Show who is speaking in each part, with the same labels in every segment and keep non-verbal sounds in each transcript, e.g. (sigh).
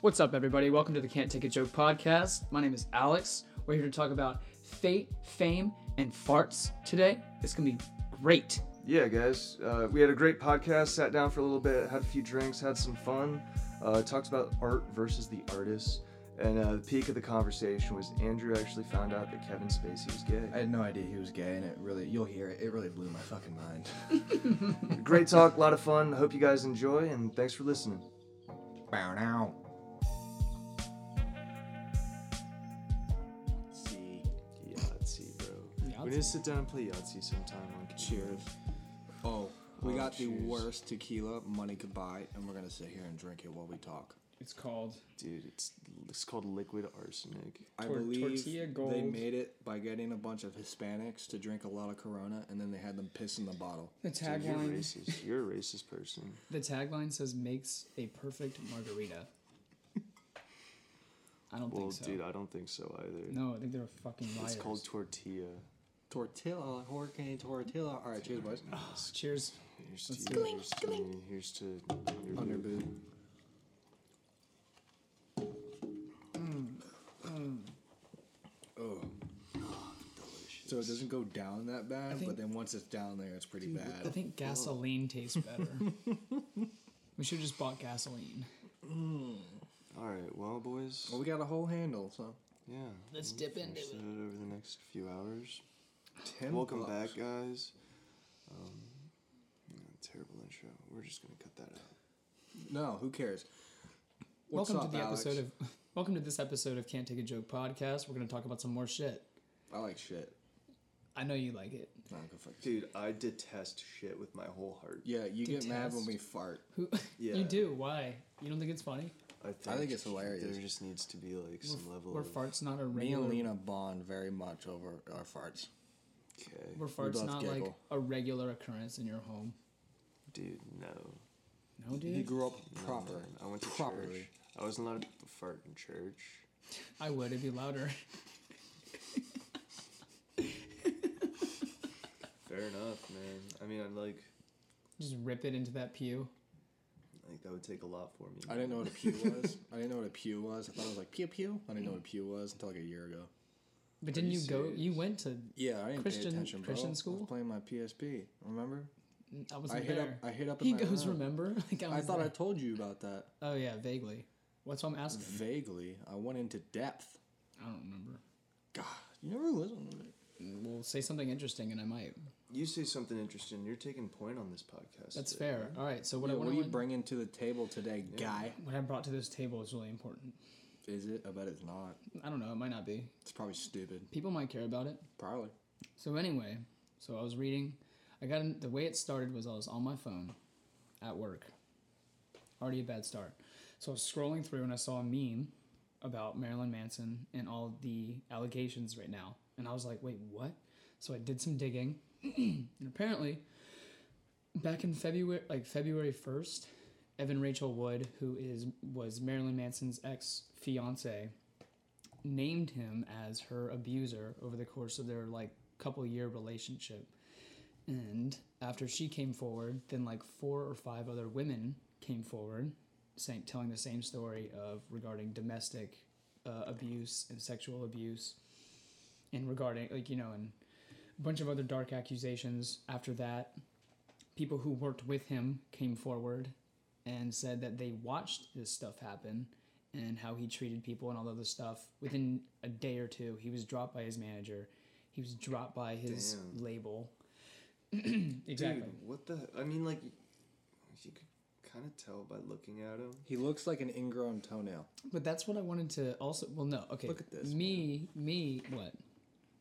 Speaker 1: What's up, everybody? Welcome to the Can't Take a Joke podcast. My name is Alex. We're here to talk about fate, fame, and farts today. It's gonna be great.
Speaker 2: Yeah, guys, uh, we had a great podcast. Sat down for a little bit, had a few drinks, had some fun. Uh, talked about art versus the artist, and uh, the peak of the conversation was Andrew actually found out that Kevin Spacey was gay.
Speaker 3: I had no idea he was gay, and it really, you'll hear it, it really blew my fucking mind. (laughs)
Speaker 2: Great (laughs) talk, a lot of fun. Hope you guys enjoy, and thanks for listening.
Speaker 3: Bow now. See.
Speaker 2: Yahtzee, bro. We need to sit down and play Yahtzee sometime. On
Speaker 3: Cheers. Oh, we
Speaker 2: Oh,
Speaker 3: got the
Speaker 2: cheers.
Speaker 3: worst tequila money could buy, and we're gonna sit here and drink it while we talk.
Speaker 1: It's called
Speaker 2: dude. It's it's called liquid arsenic.
Speaker 3: I
Speaker 1: Tor-
Speaker 3: believe
Speaker 1: tortilla
Speaker 3: they
Speaker 1: gold.
Speaker 3: made it by getting a bunch of Hispanics to drink a lot of Corona, and then they had them piss in the bottle.
Speaker 1: the
Speaker 2: Dude, you're
Speaker 1: tagline.
Speaker 2: racist. You're a racist person.
Speaker 1: The tagline says "makes a perfect margarita." I don't
Speaker 2: Well,
Speaker 1: think so.
Speaker 2: dude, I don't think so either.
Speaker 1: no, I think they're fucking liars.
Speaker 2: It's called tortilla.
Speaker 3: Tortilla, hurricane tortilla. All right, cheers, boys.
Speaker 1: Cheers.
Speaker 2: Here's
Speaker 1: Let's
Speaker 2: to
Speaker 1: do
Speaker 2: you,
Speaker 1: it.
Speaker 2: here's to me, here's to your
Speaker 3: Under
Speaker 2: boob.
Speaker 3: boob. Oh. So it doesn't go down that bad,
Speaker 1: think-
Speaker 3: but then once it's down there, it's pretty
Speaker 1: Dude, I
Speaker 3: bad.
Speaker 1: think gasoline tastes better.
Speaker 3: (laughs)
Speaker 1: we should have just bought gasoline.
Speaker 2: All right, well, boys.
Speaker 3: Well, we got a whole handle, so.
Speaker 2: Yeah.
Speaker 1: Let's dip into
Speaker 2: Understood
Speaker 1: it.
Speaker 2: over the next few hours.
Speaker 3: Ten
Speaker 2: Welcome
Speaker 3: bucks.
Speaker 2: back, guys. Um, yeah, terrible intro. We're just gonna cut that out.
Speaker 3: No, who cares? What's
Speaker 1: Welcome
Speaker 3: up,
Speaker 1: to the
Speaker 3: Alex?
Speaker 1: episode of (laughs) Welcome to this episode of Can't Take a Joke podcast. We're going to talk about some more shit.
Speaker 3: I like shit.
Speaker 1: I know you like it.
Speaker 3: No, go fuck yourself.
Speaker 2: Dude, I detest shit with my whole heart.
Speaker 3: Yeah, you get mad when
Speaker 1: Detest.
Speaker 3: we fart.
Speaker 1: Who
Speaker 2: Yeah.
Speaker 1: You do. Why? You don't think it's funny?
Speaker 2: I think,
Speaker 3: it's hilarious.
Speaker 2: There just needs to be like some level
Speaker 1: Where
Speaker 2: of
Speaker 1: farts not a
Speaker 3: Me and
Speaker 1: regular
Speaker 3: Lena bond very much over our farts.
Speaker 2: okay,
Speaker 1: where farts
Speaker 3: both
Speaker 1: not like
Speaker 3: giggle.
Speaker 1: a regular occurrence in your home.
Speaker 2: dude. No,
Speaker 1: No,
Speaker 3: He
Speaker 1: dude.
Speaker 3: grew up
Speaker 2: No,
Speaker 3: proper.
Speaker 2: man. I went to church.
Speaker 3: properly.
Speaker 2: I wasn't allowed to fart in church.
Speaker 1: I would it'd be louder. (laughs)
Speaker 2: Fair enough, man. I mean, I'd like,
Speaker 1: just rip it into that pew.
Speaker 2: like that would take a lot for me.
Speaker 3: I didn't know what a pew was. I didn't know what a pew was. I thought it was like pew pew. I didn't know what a pew was until like a year ago.
Speaker 1: But didn't you go? You went to?
Speaker 3: Yeah, I didn't pay
Speaker 1: Christian-
Speaker 3: attention. Bro.
Speaker 1: Christian
Speaker 3: I
Speaker 1: school?
Speaker 3: was playing my PSP. Remember?
Speaker 1: I wasn't
Speaker 3: I hit up.
Speaker 1: there.
Speaker 3: I hit up. In
Speaker 1: he
Speaker 3: my
Speaker 1: goes.
Speaker 3: room.
Speaker 1: Remember? (laughs) Like,
Speaker 3: I
Speaker 1: was
Speaker 3: thought I
Speaker 1: there.
Speaker 3: told you about that
Speaker 1: Oh yeah, vaguely. What's what I'm asking?
Speaker 3: Mm. vaguely. I went into depth.
Speaker 1: I don't remember.
Speaker 3: God, you never listen. to me.
Speaker 1: Well, say something interesting, and I might.
Speaker 2: You say something interesting. You're taking point on this podcast.
Speaker 1: That's
Speaker 2: today.
Speaker 1: fair. All right. So what
Speaker 3: Yeah,
Speaker 1: I
Speaker 3: what are
Speaker 1: want
Speaker 3: you
Speaker 1: to
Speaker 3: bringing to the table today, guy?
Speaker 1: what I brought to this table is really important.
Speaker 3: Is it? I bet it's not.
Speaker 1: I don't know. It might not be.
Speaker 3: It's probably stupid.
Speaker 1: People might care about it.
Speaker 3: Probably.
Speaker 1: So anyway, so I was reading. I got in, the way it started was I was on my phone, at work. Already a bad start. So I was scrolling through and I saw a meme about Marilyn Manson and all the allegations right now, and I was like, wait, what? So I did some digging, (clears throat) and apparently, back in February, like February first, Evan Rachel Wood, who is was Marilyn Manson's ex fiance, named him as her abuser over the course of their like couple year relationship. And after she came forward, then like four or five other women came forward, saying telling the same story of regarding domestic uh, abuse and sexual abuse, and regarding like you know and a bunch of other dark accusations. After that, people who worked with him came forward and said that they watched this stuff happen and how he treated people and all the other stuff. Within a day or two, he was dropped by his manager. He was dropped by his
Speaker 2: Damn.
Speaker 1: label. (clears throat)
Speaker 2: Dude,
Speaker 1: exactly.
Speaker 2: what the? I mean, like, you could kind of tell by looking at him.
Speaker 3: He looks like an ingrown toenail.
Speaker 1: But that's what I wanted to also. Well, no. Okay.
Speaker 3: Look at this,
Speaker 1: Me, me, what?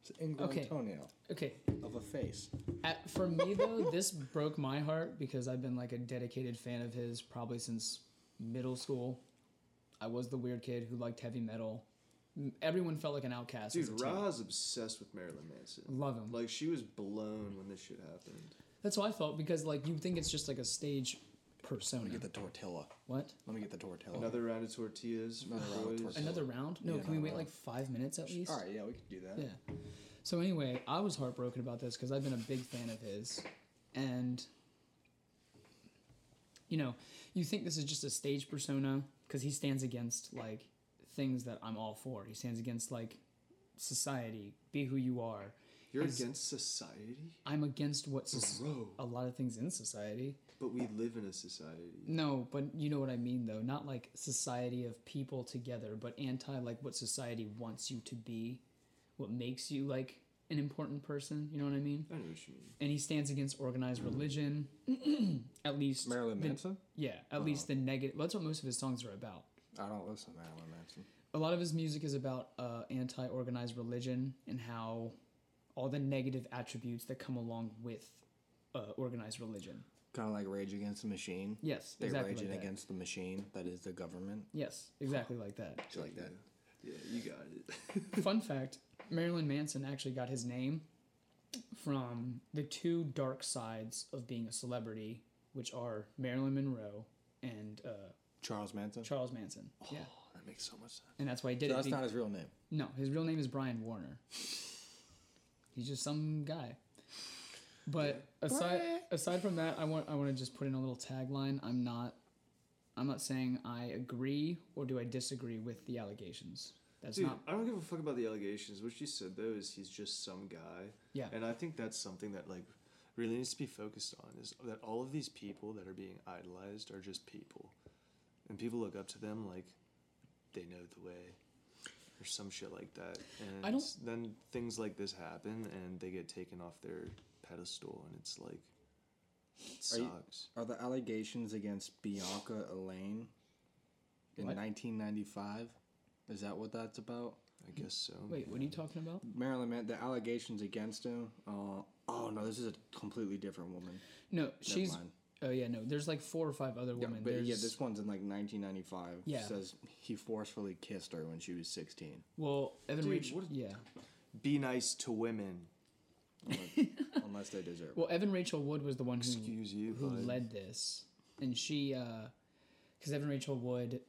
Speaker 3: It's an ingrown
Speaker 1: Okay.
Speaker 3: toenail
Speaker 1: Okay.
Speaker 3: of a face.
Speaker 1: At, for me though, (laughs) this broke my heart because I've been like a dedicated fan of his probably since middle school. I was the weird kid who liked heavy metal. M- Everyone felt like an outcast. as a
Speaker 2: Dude,
Speaker 1: teen.
Speaker 2: Ra's obsessed with Marilyn Manson.
Speaker 1: Love him.
Speaker 2: Like, she was blown when this shit happened.
Speaker 1: That's how I felt because like you think it's just like a stage persona.
Speaker 3: Get the tortilla.
Speaker 1: What?
Speaker 3: Let me get the tortilla.
Speaker 2: Another round of tortillas for
Speaker 3: Another round of
Speaker 2: boys.
Speaker 3: tortillas.
Speaker 1: Another round? No,
Speaker 3: Yeah,
Speaker 1: can we
Speaker 3: no,
Speaker 1: wait
Speaker 3: no.
Speaker 1: like five minutes at least?
Speaker 3: All right, yeah, we could do that.
Speaker 1: Yeah. So anyway, I was heartbroken about this because I've been a big fan of his, and you know, you think this is just a stage persona because he stands against like things that I'm all for. He stands against like society, be who you are.
Speaker 2: You're
Speaker 1: He's-
Speaker 2: against society,
Speaker 1: I'm against what's soc-
Speaker 2: bro.
Speaker 1: a lot of things in society.
Speaker 2: But we live in a society.
Speaker 1: No, but you know what I mean though. Not like society of people together, but anti like what society wants you to be, what makes you like an important person. You know what I mean?
Speaker 2: I know what you mean.
Speaker 1: And he stands against organized religion. (clears throat) at least
Speaker 3: Marilyn
Speaker 1: the-
Speaker 3: Manson?
Speaker 1: Yeah, at least the negative. That's what most of his songs are about.
Speaker 3: I don't listen to Marilyn Manson.
Speaker 1: a lot of his music is about uh, anti-organized religion and how all the negative attributes that come along with uh, organized religion.
Speaker 3: Kind of like Rage Against the Machine.
Speaker 1: Yes,
Speaker 3: They're
Speaker 1: exactly
Speaker 3: raging
Speaker 1: like that.
Speaker 3: against the machine that is the government.
Speaker 1: Yes, exactly like that.
Speaker 3: Shit like that.
Speaker 2: Yeah, you got it.
Speaker 1: Fun fact: Marilyn Manson actually got his name from the two dark sides of being a celebrity, which are Marilyn Monroe and uh,
Speaker 3: Charles Manson.
Speaker 1: Charles Manson. Yeah,
Speaker 2: Oh, that makes so much sense.
Speaker 1: and that's why he did
Speaker 3: So
Speaker 1: it.
Speaker 3: that's
Speaker 1: be-
Speaker 3: not his real name.
Speaker 1: No, his real name is Brian Warner. He's just some guy. But aside aside from that, I want I want to just put in a little tagline. I'm not I'm not saying I agree or do I disagree with the allegations. That's
Speaker 2: Dude,
Speaker 1: not
Speaker 2: I don't give a fuck about the allegations. What you said though is he's just some guy.
Speaker 1: Yeah.
Speaker 2: And I think that's something that like really needs to be focused on is that all of these people that are being idolized are just people, and people look up to them like they know the way, or some shit like that. And
Speaker 1: I don't-
Speaker 2: then things like this happen, and they get taken off their pedestal, and it's like it
Speaker 3: Are you-
Speaker 2: sucks.
Speaker 3: Are the allegations against Bianca Elaine in
Speaker 1: What?
Speaker 3: 1995? Is that what that's about?
Speaker 2: I guess so.
Speaker 1: Wait, what are you talking about?
Speaker 3: Marilyn Man, the allegations against him. Uh, oh no, this is a completely different woman.
Speaker 1: No, she's
Speaker 3: mind.
Speaker 1: Oh yeah, no. There's like four or five other
Speaker 3: Yeah,
Speaker 1: women.
Speaker 3: but
Speaker 1: There's,
Speaker 3: yeah, this one's in like 1995.
Speaker 1: Yeah.
Speaker 3: says he forcefully kissed her when she
Speaker 1: (laughs)
Speaker 3: was 16
Speaker 1: well, Evan
Speaker 2: Dude,
Speaker 1: Rachel
Speaker 2: what-
Speaker 1: yeah.
Speaker 2: Be nice to women.
Speaker 3: unless they deserve. it.
Speaker 1: Well, Evan Rachel Wood was the one who
Speaker 2: Excuse you.
Speaker 1: who
Speaker 2: bud.
Speaker 1: led this, and she, because Evan Rachel Wood,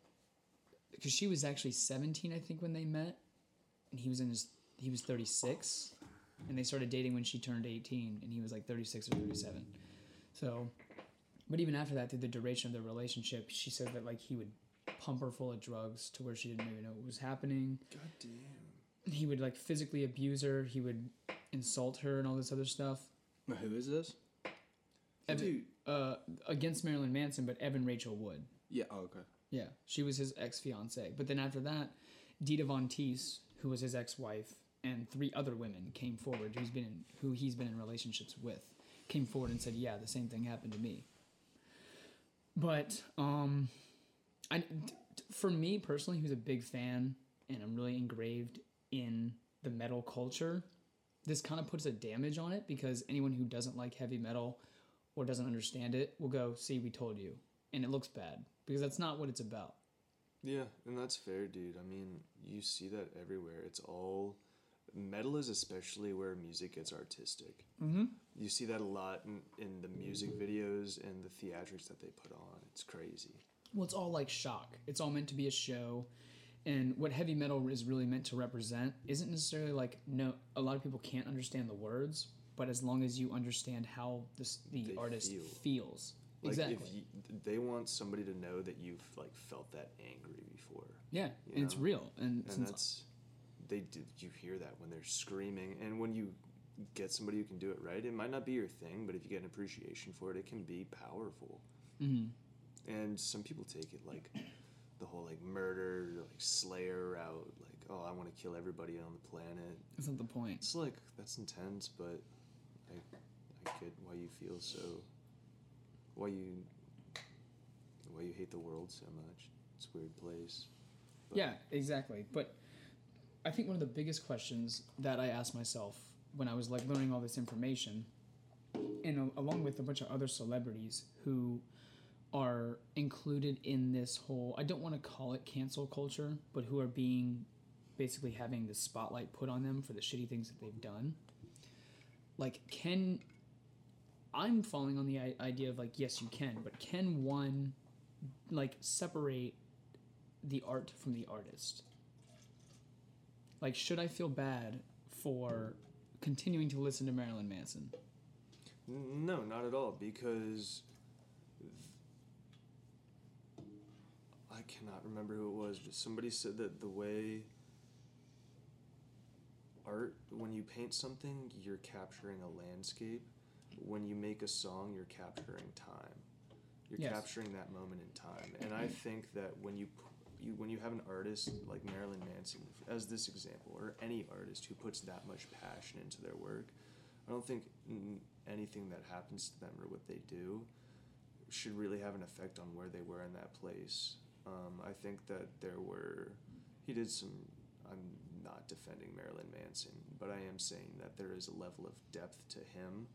Speaker 1: because she was actually seventeen, I think, when they met, and he was in his he was thirty six, and they started dating when she turned eighteen, and he was like thirty six or thirty seven, so, but even after that, through the duration of their relationship, she said that like he would pump her full of drugs to where she didn't even know what was happening
Speaker 2: God damn.
Speaker 1: he would like physically abuse her he would insult her and all this other stuff
Speaker 3: Who is this?
Speaker 1: Evan-
Speaker 2: Dude.
Speaker 1: uh, against marilyn manson but evan rachel wood
Speaker 3: Yeah. Oh, okay.
Speaker 1: Yeah, she was his ex fiancee. But then after that, Dita Von Teese, who was his ex wife, and three other women came forward who's been in, who he's been in relationships with, came forward and said, "Yeah, the same thing happened to me." But um, I d- d- for me personally, who's a big fan, and I'm really engraved in the metal culture. This kind of puts a damage on it because anyone who doesn't like heavy metal or doesn't understand it will go, see, we told you. And it looks bad because that's not what it's about.
Speaker 2: Yeah, and that's fair, dude. I mean, you see that everywhere. It's all metal is especially where music gets artistic.
Speaker 1: Mm-hmm.
Speaker 2: You see that a lot in, in the music videos and the theatrics that they put on. It's crazy.
Speaker 1: Well, it's all like shock. It's all meant to be a show. And what heavy metal is really meant to represent isn't necessarily like, no, a lot of people can't understand the words, but as long as you understand how this, the
Speaker 2: They
Speaker 1: artist
Speaker 2: feel.
Speaker 1: feels.
Speaker 2: Like
Speaker 1: exactly.
Speaker 2: if you, they want somebody to know that you've like felt that angry before.
Speaker 1: yeah.
Speaker 2: you
Speaker 1: And it's
Speaker 2: know,
Speaker 1: real. And,
Speaker 2: And
Speaker 1: since
Speaker 2: that's they did you hear that when they're screaming and when you get somebody who can do it right, it might not be your thing, but if you get an appreciation for it, it can be powerful.
Speaker 1: Mhm.
Speaker 2: and some people take it like the whole like murder like slayer route like oh i want to kill everybody on the planet
Speaker 1: that's not the point.
Speaker 2: it's like that's intense but i i get why you feel so why you why you hate the world so much it's a weird place but-
Speaker 1: Yeah, exactly. But I think one of the biggest questions that I asked myself when I was like learning all this information, and a- along with a bunch of other celebrities who are included in this whole I don't want to call it cancel culture, but who are being basically having the spotlight put on them for the shitty things that they've done. Like, can I'm falling on the i- idea of like, yes, you can, but can one like separate the art from the artist. Like, should I feel bad for continuing to listen to Marilyn Manson?
Speaker 2: N- No, not at all, because I I cannot remember who it was. But somebody said that the way art, when you paint something, you're capturing a landscape. When you make a song, you're capturing time. You're
Speaker 1: Yes.
Speaker 2: capturing that moment in time. And I think that when you, p- you when you have an artist like Marilyn Manson as this example, or any artist who puts that much passion into their work, I don't think mm, anything that happens to them or what they do should really have an effect on where they were in that place. Um, I think that there were, he did some. I'm not defending Marilyn Manson, but I am saying that there is a level of depth to him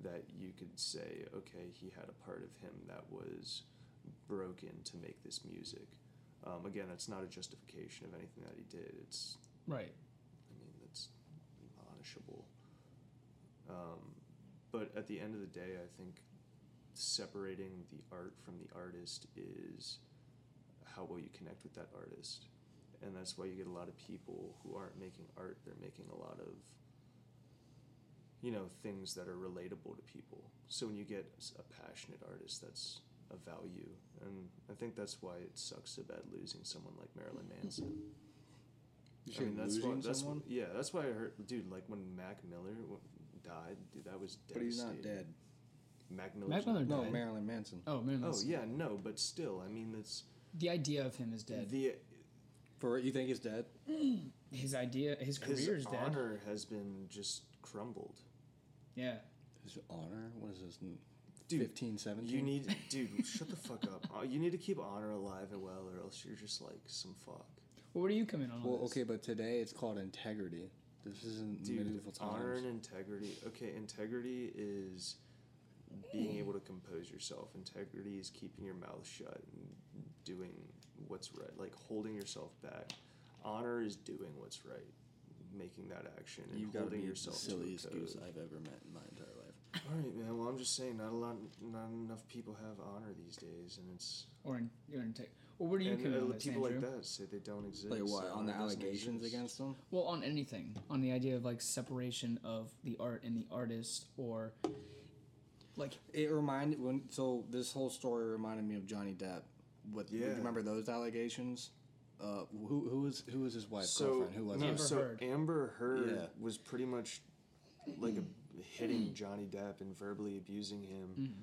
Speaker 2: that you could say, okay, he had a part of him that was broken to make this music. Um, again, it's not a justification of anything that he did. It's,
Speaker 1: Right.
Speaker 2: I mean, that's admonishable. Um, but at the end of the day, I think separating the art from the artist is how well you connect with that artist. And that's why you get a lot of people who aren't making art, they're making a lot of, you know, things that are relatable to people. So when you get s- a passionate artist, that's a value. And I think that's why it sucks so bad losing someone like Marilyn Manson.
Speaker 3: You
Speaker 2: I mean,
Speaker 3: say
Speaker 2: that's
Speaker 3: losing
Speaker 2: why, that's
Speaker 3: someone?
Speaker 2: wh- yeah, that's why I heard, dude. Like when Mac Miller w- died, dude, that was
Speaker 3: But he's not
Speaker 2: devastating.
Speaker 3: dead.
Speaker 2: Mac Miller.
Speaker 1: Mac Miller
Speaker 3: No,
Speaker 1: died.
Speaker 3: Marilyn Manson.
Speaker 1: oh, man.
Speaker 2: Oh yeah, no, but still, I mean, that's
Speaker 1: The idea of him is dead.
Speaker 2: the
Speaker 3: For you think he's dead?
Speaker 1: His idea, his
Speaker 2: his
Speaker 1: career is dead.
Speaker 2: honor has been just crumbled.
Speaker 1: Yeah.
Speaker 3: His honor? What is this?
Speaker 2: Dude,
Speaker 3: 15, 17?
Speaker 2: You need, dude, shut the fuck up. Uh, you need to keep honor alive and well, or else you're just like some fuck.
Speaker 1: Well, what are you coming on? all
Speaker 3: Well,
Speaker 1: this?
Speaker 3: okay, but today it's called integrity. This isn't
Speaker 2: Dude,
Speaker 3: medieval times.
Speaker 2: honor and integrity. Okay, integrity is being able to compose yourself. Integrity is keeping your mouth shut and doing what's right, like holding yourself back. Honor is doing what's right, making that action and
Speaker 3: You've got to
Speaker 2: holding
Speaker 3: be the
Speaker 2: yourself
Speaker 3: silliest
Speaker 2: to a code.
Speaker 3: goose I've ever met in my entire life.
Speaker 2: All right, man. Well, I'm just saying, not a lot, not enough people have honor these days, and it's
Speaker 1: Or in, you're in tech. Well, what are you
Speaker 2: and,
Speaker 1: coming
Speaker 2: uh,
Speaker 1: on this,
Speaker 2: people
Speaker 1: Andrew?
Speaker 2: like that say they don't exist.
Speaker 3: Like what?
Speaker 2: so
Speaker 3: On the
Speaker 2: honor doesn't
Speaker 3: allegations
Speaker 2: exist.
Speaker 3: against them?
Speaker 1: Well, on anything, on the idea of like separation of the art and the artist, or like
Speaker 3: It reminded when so this whole story reminded me of Johnny Depp. With you
Speaker 2: Yeah.
Speaker 3: remember those allegations? Uh, who who was who was his wife
Speaker 2: So
Speaker 3: girlfriend? Who was
Speaker 2: no,
Speaker 3: it?
Speaker 1: Amber
Speaker 2: so
Speaker 1: Heard.
Speaker 2: Amber Heard
Speaker 3: Yeah.
Speaker 2: was pretty much like a, hitting Johnny Depp and verbally abusing him.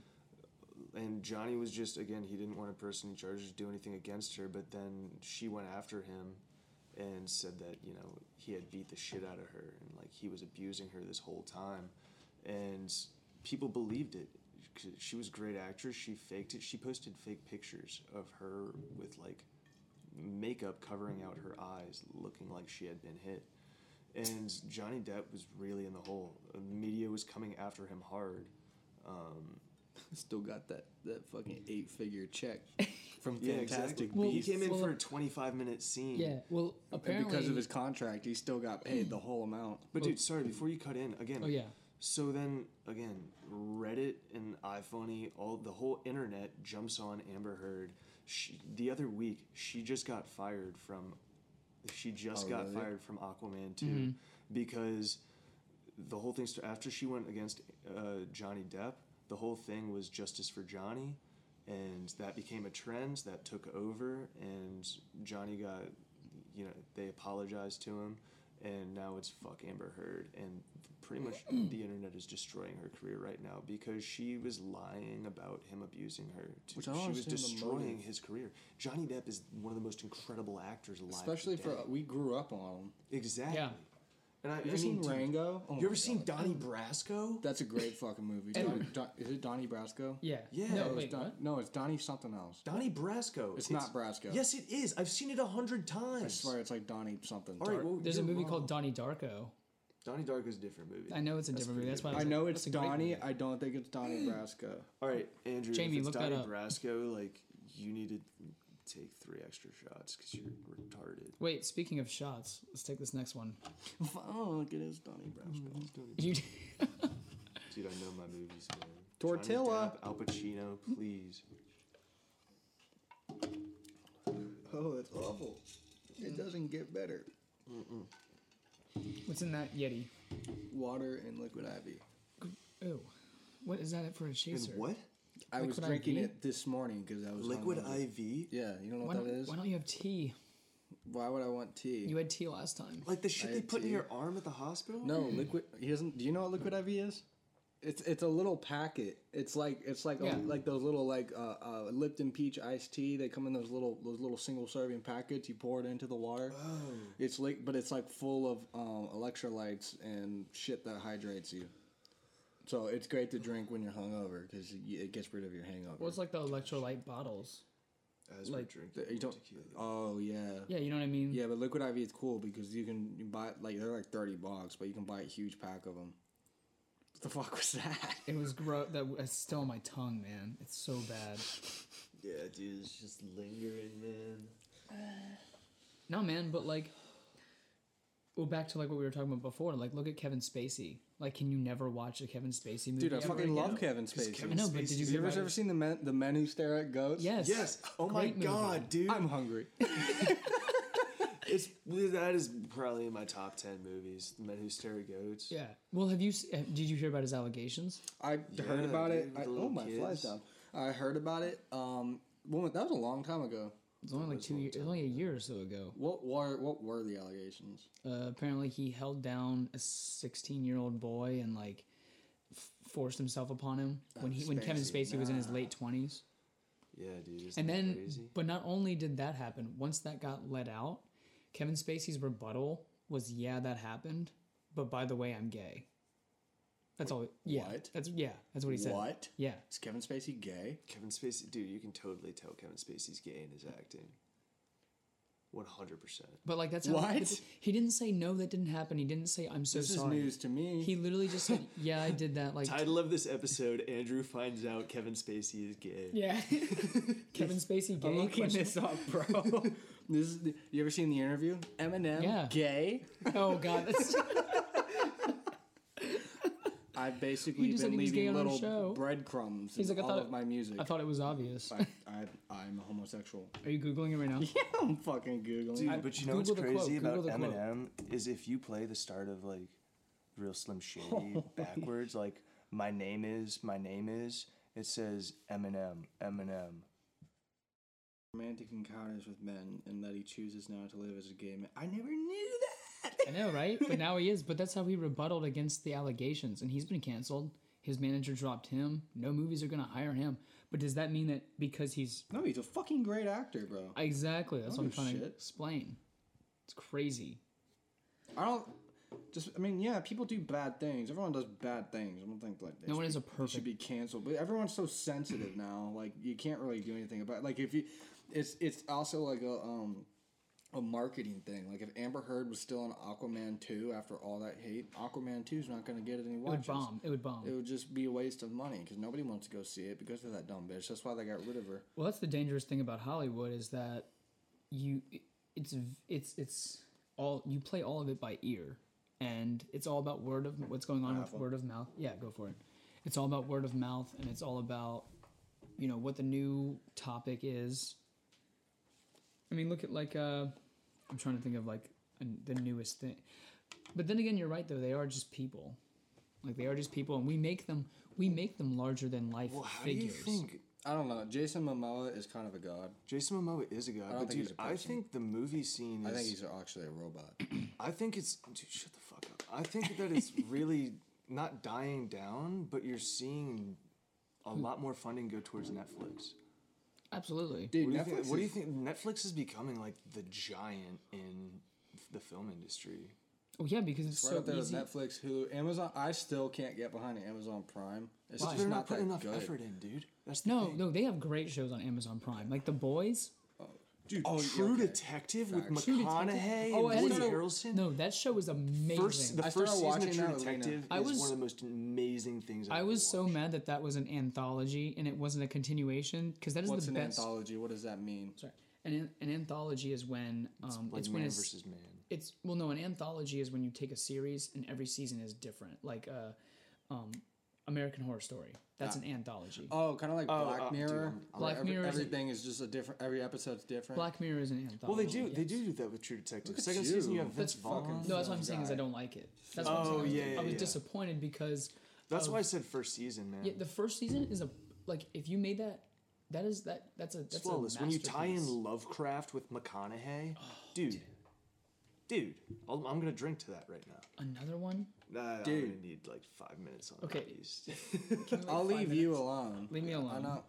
Speaker 2: And Johnny was just again he didn't want a person in charge to do anything against her, but then she went after him and said that you know he had beat the shit out of her and like he was abusing her this whole time, and people believed it. 'Cause She was a great actress. She faked it. She posted fake pictures of her with like makeup covering out her eyes, looking like she had been hit. And Johnny Depp was really in the hole. The media was coming after him hard. Um,
Speaker 3: Still got that that fucking eight figure check
Speaker 2: (laughs)
Speaker 3: from
Speaker 2: yeah,
Speaker 3: Fantastic
Speaker 2: exactly.
Speaker 1: Well,
Speaker 2: he
Speaker 3: Beasts.
Speaker 2: came in
Speaker 1: well,
Speaker 2: for a 25 minute scene.
Speaker 1: yeah. Well,
Speaker 3: and
Speaker 1: apparently
Speaker 3: because of his contract, he still got paid the whole amount.
Speaker 2: But dude, sorry, before you cut in again.
Speaker 1: Oh yeah.
Speaker 2: So then again, Reddit and iPhoney, all the whole internet jumps on Amber Heard. She, the other week, she just got fired from. She just
Speaker 3: Oh,
Speaker 2: got
Speaker 3: really?
Speaker 2: fired from Aquaman 2
Speaker 1: Mm-hmm.
Speaker 2: because the whole thing st- after she went against uh, Johnny Depp, the whole thing was justice for Johnny, and that became a trend that took over, and Johnny got, you know, they apologized to him, and now it's fuck Amber Heard, and pretty much the internet is destroying her career right now because she was lying about him abusing her. To,
Speaker 3: Which I don't
Speaker 2: she was
Speaker 3: understand the
Speaker 2: destroying
Speaker 3: motive.
Speaker 2: his career. Johnny Depp is one of the most incredible actors alive.
Speaker 3: Especially for
Speaker 2: today.
Speaker 3: we grew up on him.
Speaker 2: exactly.
Speaker 1: Yeah.
Speaker 2: And I,
Speaker 3: You
Speaker 2: I
Speaker 3: ever seen
Speaker 2: mean, dude,
Speaker 3: Rango? Oh
Speaker 2: you
Speaker 3: my
Speaker 2: ever seen
Speaker 3: God.
Speaker 2: Donnie Brasco?
Speaker 3: That's a great fucking movie.
Speaker 1: And-
Speaker 3: Don, Don, is it Donnie Brasco?
Speaker 1: Yeah.
Speaker 2: Yeah,
Speaker 1: No,
Speaker 2: it was
Speaker 1: wait,
Speaker 3: Don-
Speaker 1: what?
Speaker 3: no, it's Donnie something else.
Speaker 2: Donnie Brasco.
Speaker 3: It's not Brasco.
Speaker 2: Yes, it is. I've seen it a hundred times.
Speaker 3: I swear it's like Donnie something.
Speaker 2: All right,
Speaker 3: Dark-
Speaker 2: well,
Speaker 1: There's a
Speaker 2: you're
Speaker 1: movie
Speaker 2: wrong.
Speaker 1: called Donnie Darko.
Speaker 2: Donnie Darko is a different movie.
Speaker 1: I know it's a different movie.
Speaker 2: pretty
Speaker 1: That's
Speaker 2: good.
Speaker 1: why
Speaker 3: I
Speaker 1: was
Speaker 3: know
Speaker 1: like,
Speaker 3: it's
Speaker 1: that's a great
Speaker 3: Donnie.
Speaker 1: movie.
Speaker 3: I don't think it's Donnie Brasco.
Speaker 2: All right, Andrew.
Speaker 1: Jamie,
Speaker 2: if it's
Speaker 1: look that
Speaker 2: Donnie
Speaker 1: up.
Speaker 2: Brasco. Like you need to take three extra shots because you're retarded.
Speaker 1: Wait, speaking of shots, let's take this next one.
Speaker 3: Fuck, it is Donnie Brasco.
Speaker 1: You,
Speaker 2: Dude, I know my movies. Man. Johnny
Speaker 3: Tortilla.
Speaker 2: Depp, Al Pacino, please.
Speaker 3: Oh, that's awful. It doesn't get better.
Speaker 1: (laughs) what's in that Yeti?
Speaker 3: Water and liquid ivy.
Speaker 1: Oh, what is that for a chaser?
Speaker 2: And what?
Speaker 3: I was
Speaker 1: Liquid
Speaker 3: drinking
Speaker 1: IV?
Speaker 3: it this morning because I was
Speaker 2: Liquid
Speaker 3: hungover.
Speaker 2: IV?
Speaker 3: Yeah, you don't know
Speaker 1: Why
Speaker 3: what that
Speaker 1: don't,
Speaker 3: is.
Speaker 1: why don't you have tea?
Speaker 3: Why would I want tea?
Speaker 1: You had tea last time.
Speaker 2: Like the shit they
Speaker 3: had
Speaker 2: put in
Speaker 3: tea.
Speaker 2: your arm at the hospital?
Speaker 3: No, liquid. He doesn't. Do you know what liquid IV is? It's it's a little packet. It's like it's like
Speaker 1: Yeah.
Speaker 3: a, like those little like uh, uh, Lipton peach iced tea. They come in those little those little single serving packets. You pour it into the water. Oh. It's like but it's like full of um, electrolytes and shit that hydrates you. So it's great to drink when you're hungover because it gets rid of your hangover.
Speaker 1: Well, it's like the electrolyte bottles.
Speaker 2: As we're
Speaker 1: like-
Speaker 2: drinking
Speaker 3: you don't.
Speaker 2: tequila.
Speaker 3: Oh yeah.
Speaker 1: Yeah, you know what I mean.
Speaker 3: Yeah, but Liquid IV is cool because you can you buy like they're like thirty bucks, but you can buy a huge pack of them. What the fuck was that?
Speaker 1: It was gross. That it's still on my tongue, man. It's so bad.
Speaker 2: Yeah, dude, it's just lingering, man.
Speaker 1: No, man, but like, well, back to like what we were talking about before. Like, look at Kevin Spacey. Like, can you never watch a Kevin Spacey movie?
Speaker 3: Dude, I
Speaker 1: ever
Speaker 3: fucking
Speaker 1: again?
Speaker 3: love Kevin
Speaker 2: 'Cause
Speaker 3: Spacey.
Speaker 2: Kevin
Speaker 1: I know, but
Speaker 2: Spacey-
Speaker 1: did you
Speaker 3: Have you ever,
Speaker 1: hear
Speaker 3: ever seen the men the men who stare at goats?
Speaker 1: Yes.
Speaker 2: Yes. Oh my
Speaker 1: Great movie.
Speaker 2: god, dude. (laughs)
Speaker 3: I'm hungry.
Speaker 2: it's that is probably in my top ten movies. The Men Who Stare at Goats.
Speaker 1: Yeah. Well, have you? s- uh, Did you hear about his allegations?
Speaker 3: I heard
Speaker 2: Yeah,
Speaker 3: about it.
Speaker 2: dude, with
Speaker 3: I,
Speaker 2: the
Speaker 3: oh
Speaker 2: little
Speaker 3: my flies
Speaker 2: kids.
Speaker 3: down. I heard about it. Um, woman, that was a long time ago.
Speaker 1: It's only like two years. It's only a year or so ago.
Speaker 3: What were what were the allegations?
Speaker 1: Uh, apparently, he held down a 16-year-old boy and like f- forced himself upon him when he when Kevin
Speaker 3: Spacey,
Speaker 1: Spacey was in his late twenties.
Speaker 2: Yeah, dude. Isn't
Speaker 1: And
Speaker 2: that
Speaker 1: then,
Speaker 2: crazy?
Speaker 1: but not only did that happen, once that got let out, Kevin Spacey's rebuttal was, "Yeah, that happened, but by the way, I'm gay." That's all. Yeah,
Speaker 3: what?
Speaker 1: that's yeah, that's what he said.
Speaker 3: What?
Speaker 1: Yeah,
Speaker 3: Is Kevin Spacey gay?
Speaker 2: Kevin Spacey, dude, you can totally tell Kevin Spacey's gay in his acting. One hundred percent.
Speaker 1: but like that's how
Speaker 3: What?
Speaker 1: he didn't say no. That didn't happen. He didn't say I'm so
Speaker 3: This
Speaker 1: sorry.
Speaker 3: is news to me.
Speaker 1: He literally just said, "Yeah, I did that." Like,
Speaker 2: Title of this episode: Andrew finds out Kevin Spacey is gay.
Speaker 3: (laughs)
Speaker 1: yeah, Kevin Spacey gay.
Speaker 3: I'm looking
Speaker 1: Question-
Speaker 3: this up,
Speaker 1: (laughs)
Speaker 3: (laughs) bro. this is the, you ever seen the interview? Eminem,
Speaker 1: Yeah.
Speaker 3: gay.
Speaker 1: Oh god,
Speaker 3: (laughs)
Speaker 1: that's
Speaker 3: I've basically
Speaker 1: He just
Speaker 3: been
Speaker 1: said he was gay
Speaker 3: leaving
Speaker 1: on our
Speaker 3: little
Speaker 1: show.
Speaker 3: breadcrumbs
Speaker 1: He's
Speaker 3: in
Speaker 1: like, I
Speaker 3: all
Speaker 1: thought-
Speaker 3: of my music.
Speaker 1: I thought it was obvious.
Speaker 3: I, I, I'm a homosexual. (laughs)
Speaker 1: Are you googling it right now?
Speaker 3: Yeah, I'm fucking googling.
Speaker 2: Dude,
Speaker 3: I-
Speaker 2: but you know what's
Speaker 1: Google the quote,
Speaker 2: crazy
Speaker 1: Google
Speaker 2: about
Speaker 1: the quote.
Speaker 2: Eminem is if you play the start of like Real
Speaker 1: (laughs)
Speaker 2: Slim Shady backwards, like my name is, my name is, it says Eminem, Eminem.
Speaker 3: romantic encounters with men, and that he chooses now to live as a gay man. I never knew that. (laughs)
Speaker 1: I know, right? But now he is. But that's how he rebutted against the allegations, and he's been canceled. His manager dropped him. No movies are going to hire him. But does that mean that because he's
Speaker 3: No, he's a fucking great actor, bro.
Speaker 1: exactly that's what I'm
Speaker 3: Oh,
Speaker 1: trying to
Speaker 3: shit.
Speaker 1: explain? It's crazy.
Speaker 3: I don't. Just, I mean, yeah, people do bad things. Everyone does bad things. I don't think like
Speaker 1: No
Speaker 3: they
Speaker 1: one
Speaker 3: should
Speaker 1: is a
Speaker 3: be- they should
Speaker 1: perfect.
Speaker 3: be canceled. But everyone's so sensitive now. Like you can't really do anything about. Like if you, it's it's also like a um a marketing thing. Like if Amber Heard was still on Aquaman two after all that hate, Aquaman two is not going to get any
Speaker 1: It would
Speaker 3: watches.
Speaker 1: bomb. It would bomb.
Speaker 3: It would just be a waste of money because nobody wants to go see it because of that dumb bitch. That's why they got rid of her.
Speaker 1: Well, that's the dangerous thing about Hollywood is that you it's it's it's all you play all of it by ear, and it's all about word of what's going on with word of mouth. Yeah, go for it. It's all about word of mouth, and it's all about you know what the new topic is. I mean, look at like uh, I'm trying to think of like an, the newest thing, but then again, you're right though. They are just people, like they are just people, and we make them we make them larger than life
Speaker 2: Well, how
Speaker 1: figures.
Speaker 2: do you think?
Speaker 3: I don't know. Jason Momoa is kind of a god.
Speaker 2: Jason Momoa is a guy,
Speaker 3: don't
Speaker 2: but
Speaker 3: think he's
Speaker 2: dude,
Speaker 3: a
Speaker 2: I
Speaker 3: person.
Speaker 2: think the movie scene
Speaker 3: I
Speaker 2: is.
Speaker 3: think he's actually a robot.
Speaker 2: I think it's dude, shut the fuck up. I think that
Speaker 3: (laughs)
Speaker 2: it's really not dying down, but you're seeing a lot more funding go towards Netflix.
Speaker 1: Absolutely.
Speaker 3: Dude,
Speaker 2: What do, you
Speaker 3: Netflix.
Speaker 2: think, what do you
Speaker 3: is-
Speaker 2: think? Netflix is becoming like the giant in the film industry.
Speaker 1: Oh yeah, because it's
Speaker 3: Right
Speaker 1: so
Speaker 3: up there
Speaker 1: easy.
Speaker 3: with Netflix, Hulu, Amazon. I still can't get behind Amazon Prime. It's
Speaker 2: Why?
Speaker 3: just
Speaker 2: They're
Speaker 3: not,
Speaker 2: not, putting
Speaker 3: that
Speaker 2: enough
Speaker 3: good.
Speaker 2: effort in, dude. That's the
Speaker 1: No,
Speaker 2: thing.
Speaker 1: no, they have great shows on Amazon Prime, like The Boys.
Speaker 2: dude.
Speaker 3: Oh, yeah,
Speaker 2: True
Speaker 3: okay.
Speaker 2: Detective with
Speaker 3: Facts.
Speaker 1: True Detective.
Speaker 2: McConaughey
Speaker 1: Oh,
Speaker 2: and
Speaker 1: and
Speaker 2: Woody
Speaker 1: so-
Speaker 2: Harrelson.
Speaker 1: No, that show was amazing.
Speaker 2: First, the
Speaker 3: I started
Speaker 2: first season
Speaker 3: watching
Speaker 2: of
Speaker 3: that
Speaker 2: True
Speaker 3: with Lena.
Speaker 2: Detective
Speaker 1: I
Speaker 2: is
Speaker 1: was-
Speaker 2: one of the most amazing things. I've
Speaker 1: I
Speaker 2: ever
Speaker 1: was so
Speaker 2: watched.
Speaker 1: mad that that was an anthology and it wasn't a continuation because that is
Speaker 3: What's
Speaker 1: the
Speaker 3: an
Speaker 1: best.
Speaker 3: anthology? What does that mean?
Speaker 1: Sorry, an, an anthology is when um,
Speaker 2: Like
Speaker 1: it's
Speaker 2: man
Speaker 1: when it's,
Speaker 2: versus man.
Speaker 1: it's well no an anthology is when you take a series and every season is different like uh um american horror story that's
Speaker 2: Ah.
Speaker 1: an anthology
Speaker 3: Oh, kind of like Black
Speaker 2: uh, dude,
Speaker 3: Mirror.
Speaker 2: I'm-
Speaker 3: where
Speaker 1: Black
Speaker 3: every-
Speaker 1: Mirror is-
Speaker 3: Everything is just a different. Every episode's different.
Speaker 1: black mirror is an anthology
Speaker 2: Well, they do.
Speaker 1: Oh, yes.
Speaker 2: They do do that with True Detective.
Speaker 3: at
Speaker 2: Second season, you
Speaker 3: you.
Speaker 2: have Vince
Speaker 3: That's
Speaker 2: Vaughn.
Speaker 3: fucking-
Speaker 1: no that's what i'm saying is i
Speaker 3: guy.
Speaker 1: don't like it that's what i'm
Speaker 2: Oh,
Speaker 1: saying I was-
Speaker 2: yeah,
Speaker 1: i was
Speaker 2: yeah.
Speaker 1: disappointed because
Speaker 2: That's why I said first season, man.
Speaker 1: Yeah, the first season is a like if you made that, that is that that's a that's
Speaker 2: It's flawless.
Speaker 1: A
Speaker 2: When you tie
Speaker 1: masterpiece. Oh,
Speaker 2: in Lovecraft with McConaughey, dude, dude, I'll, I'm gonna drink to that right now.
Speaker 1: another one,
Speaker 2: Nah, I'm
Speaker 3: Dude.
Speaker 2: gonna need like five minutes on
Speaker 1: Okay.
Speaker 2: these.
Speaker 1: Give me, like,
Speaker 3: I'll
Speaker 1: five
Speaker 3: leave you
Speaker 1: minutes.
Speaker 3: alone.
Speaker 1: Leave me
Speaker 3: I
Speaker 1: alone.
Speaker 3: don't.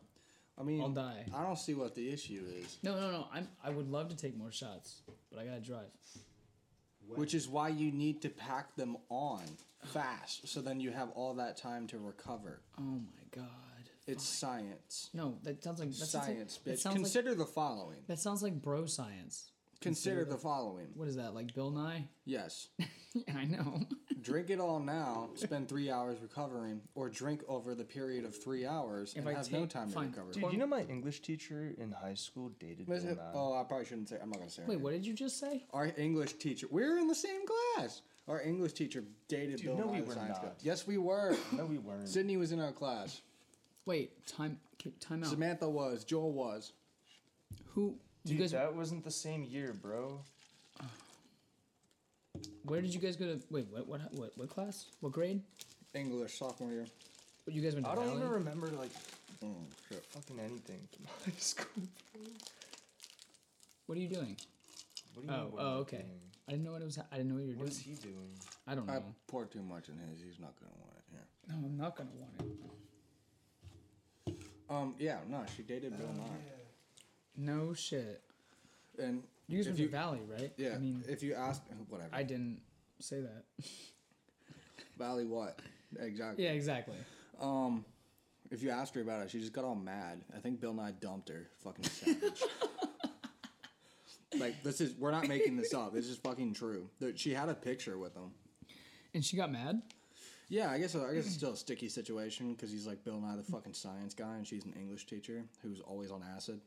Speaker 3: I mean,
Speaker 1: I'll die.
Speaker 3: I don't see what the issue is,
Speaker 1: No, no, no. I'm. I would love to take more shots, but I gotta drive.
Speaker 3: which is why you need to pack them on fast, so then you have all that time to recover.
Speaker 1: Oh my god.
Speaker 3: It's science.
Speaker 1: No, that sounds like that sounds like-
Speaker 3: science,
Speaker 1: That
Speaker 3: bitch.
Speaker 1: sounds like
Speaker 3: Consider the following.
Speaker 1: that sounds like bro science.
Speaker 3: Consider the following.
Speaker 1: What is that? Like Bill Nye? (laughs)
Speaker 3: Yes.
Speaker 1: I know. (laughs)
Speaker 3: drink it all now, spend three hours recovering, or drink over the period of three hours and
Speaker 1: I
Speaker 3: have no
Speaker 1: take-
Speaker 3: time
Speaker 1: fine.
Speaker 3: to recover.
Speaker 1: Dude,
Speaker 2: Dude, you know my English teacher in high school dated Bill
Speaker 3: Listen-
Speaker 2: Nye.
Speaker 3: oh, I probably shouldn't say. I'm not gonna say. her
Speaker 1: Wait,
Speaker 3: name.
Speaker 1: what did you just say?
Speaker 3: Our English teacher. We were in the same class. Our English teacher dated Bill
Speaker 2: no,
Speaker 3: Nye,
Speaker 2: we
Speaker 3: the
Speaker 2: were
Speaker 3: science
Speaker 2: not.
Speaker 3: guy. Yes, we were. (coughs)
Speaker 2: No, we weren't.
Speaker 3: Sydney was in our class.
Speaker 1: Wait, time k- time out.
Speaker 3: Samantha was. Joel was.
Speaker 1: Who?
Speaker 2: Dude,
Speaker 1: you guys?
Speaker 2: that wasn't the same year, bro.
Speaker 1: where did you guys go to? Wait, what? What? What? What class? What grade?
Speaker 3: English sophomore year.
Speaker 1: What, you guys went to
Speaker 2: I don't
Speaker 1: Valley?
Speaker 2: even remember like
Speaker 3: Mm, shit.
Speaker 2: fucking anything from (laughs) high school.
Speaker 1: What are you doing?
Speaker 2: What do you
Speaker 1: Oh,
Speaker 2: mean, what
Speaker 1: oh,
Speaker 2: am I
Speaker 1: okay.
Speaker 2: doing?
Speaker 1: I didn't know what it was. I didn't know what you were
Speaker 2: What is
Speaker 1: doing.
Speaker 2: he doing?
Speaker 1: I don't
Speaker 3: I
Speaker 1: know.
Speaker 3: poured too much in his. He's not gonna want it here.
Speaker 1: No, I'm not gonna want it.
Speaker 3: Um. Yeah. No. She dated Bill Nye.
Speaker 1: No shit.
Speaker 3: And
Speaker 1: You guys
Speaker 3: if
Speaker 1: went
Speaker 3: you,
Speaker 1: to Valley, right?
Speaker 3: yeah.
Speaker 1: I mean,
Speaker 3: if you ask, whatever.
Speaker 1: I didn't say that. (laughs)
Speaker 3: Valley what? Exactly.
Speaker 1: yeah, exactly.
Speaker 3: Um, if you asked her about it, she just got all mad. I think Bill Nye dumped her. Fucking savage. like this is we're not making this up. This is fucking true. That She had a picture with him.
Speaker 1: And she got mad.
Speaker 3: Yeah, I guess I guess it's still a sticky situation because he's like Bill Nye, the fucking science guy, and she's an English teacher who's always on acid.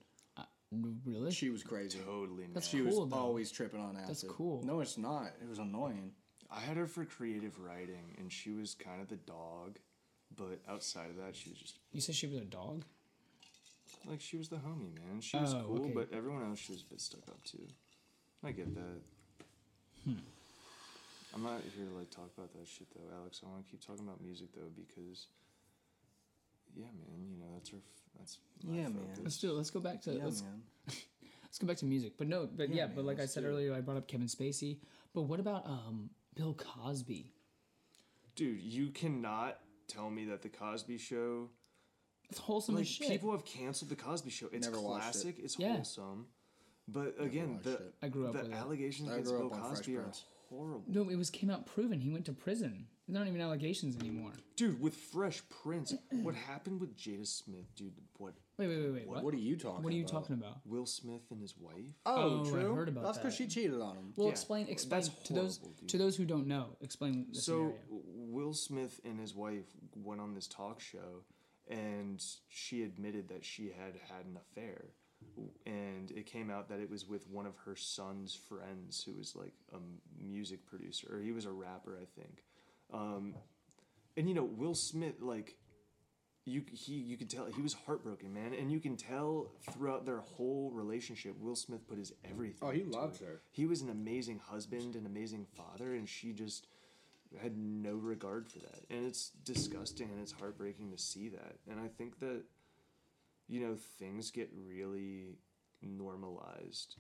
Speaker 1: Really?
Speaker 3: She was crazy.
Speaker 2: Totally.
Speaker 1: That's
Speaker 2: man.
Speaker 3: She
Speaker 1: Cool,
Speaker 3: was
Speaker 1: though.
Speaker 3: always tripping on acid.
Speaker 1: That's cool.
Speaker 3: No, it's not. It was annoying.
Speaker 2: I had her for creative writing, and she was kind of the dog, but outside of that, she was just
Speaker 1: you said she was a dog.
Speaker 2: like she was the homie, man. She was
Speaker 1: Oh,
Speaker 2: cool,
Speaker 1: okay.
Speaker 2: but everyone else she was a bit stuck up to. I get that. I'm not here to like talk about that shit though, Alex. I want to keep talking about music though because, yeah, man. You know that's her. f- That's my
Speaker 3: Yeah, man.
Speaker 2: focus.
Speaker 1: Let's do it. Let's go back to
Speaker 3: yeah,
Speaker 1: let's
Speaker 3: man.
Speaker 1: let's go back to music. But no, but yeah,
Speaker 3: Yeah,
Speaker 1: but
Speaker 3: man,
Speaker 1: like I
Speaker 3: let's
Speaker 1: said
Speaker 3: do it.
Speaker 1: earlier, I brought up Kevin Spacey. But what about um Bill Cosby?
Speaker 2: Dude, you cannot tell me that the Cosby Show.
Speaker 1: It's wholesome
Speaker 2: Like
Speaker 1: as shit.
Speaker 2: people have canceled the Cosby Show. It's
Speaker 3: Never watched it.
Speaker 2: classic. It's
Speaker 1: Yeah.
Speaker 2: wholesome. But again,
Speaker 3: watched
Speaker 2: the
Speaker 3: it.
Speaker 1: I grew up
Speaker 2: the
Speaker 1: with it.
Speaker 2: allegations
Speaker 3: I
Speaker 2: against
Speaker 3: grew
Speaker 2: Bill
Speaker 3: up on Fresh
Speaker 2: Cosby are
Speaker 3: Prince.
Speaker 2: horrible.
Speaker 1: no, it was came out proven. He went to prison. They're not even allegations anymore.
Speaker 2: Dude, with Fresh Prince, what happened with Jada Smith, dude? What
Speaker 1: Wait, wait, wait, wait. What?
Speaker 3: What are you talking?
Speaker 1: What are you
Speaker 3: about?
Speaker 1: talking about?
Speaker 2: Will Smith and his wife?
Speaker 3: Oh,
Speaker 1: Oh, I
Speaker 3: true.
Speaker 1: heard about
Speaker 3: That's because
Speaker 1: that.
Speaker 3: she cheated on him.
Speaker 1: Well,
Speaker 2: Yeah,
Speaker 1: explain,
Speaker 2: well,
Speaker 1: explain
Speaker 2: that's
Speaker 1: to those
Speaker 2: horrible, dude.
Speaker 1: to those who don't know. Explain the
Speaker 2: so
Speaker 1: scenario.
Speaker 2: Will Smith and his wife went on this talk show, and she admitted that she had had an affair, and it came out that it was with one of her son's friends, who was like a m- music producer, or he was a rapper, I think. Um, and you know, Will Smith, like you he you could tell he was heartbroken, man, and you can tell throughout their whole relationship, Will Smith put his everything.
Speaker 3: Oh, he
Speaker 2: into
Speaker 3: loved
Speaker 2: it.
Speaker 3: her.
Speaker 2: He was an amazing husband, an amazing father, and she just had no regard for that. And it's disgusting and it's heartbreaking to see that. And I think that you know things get really normalized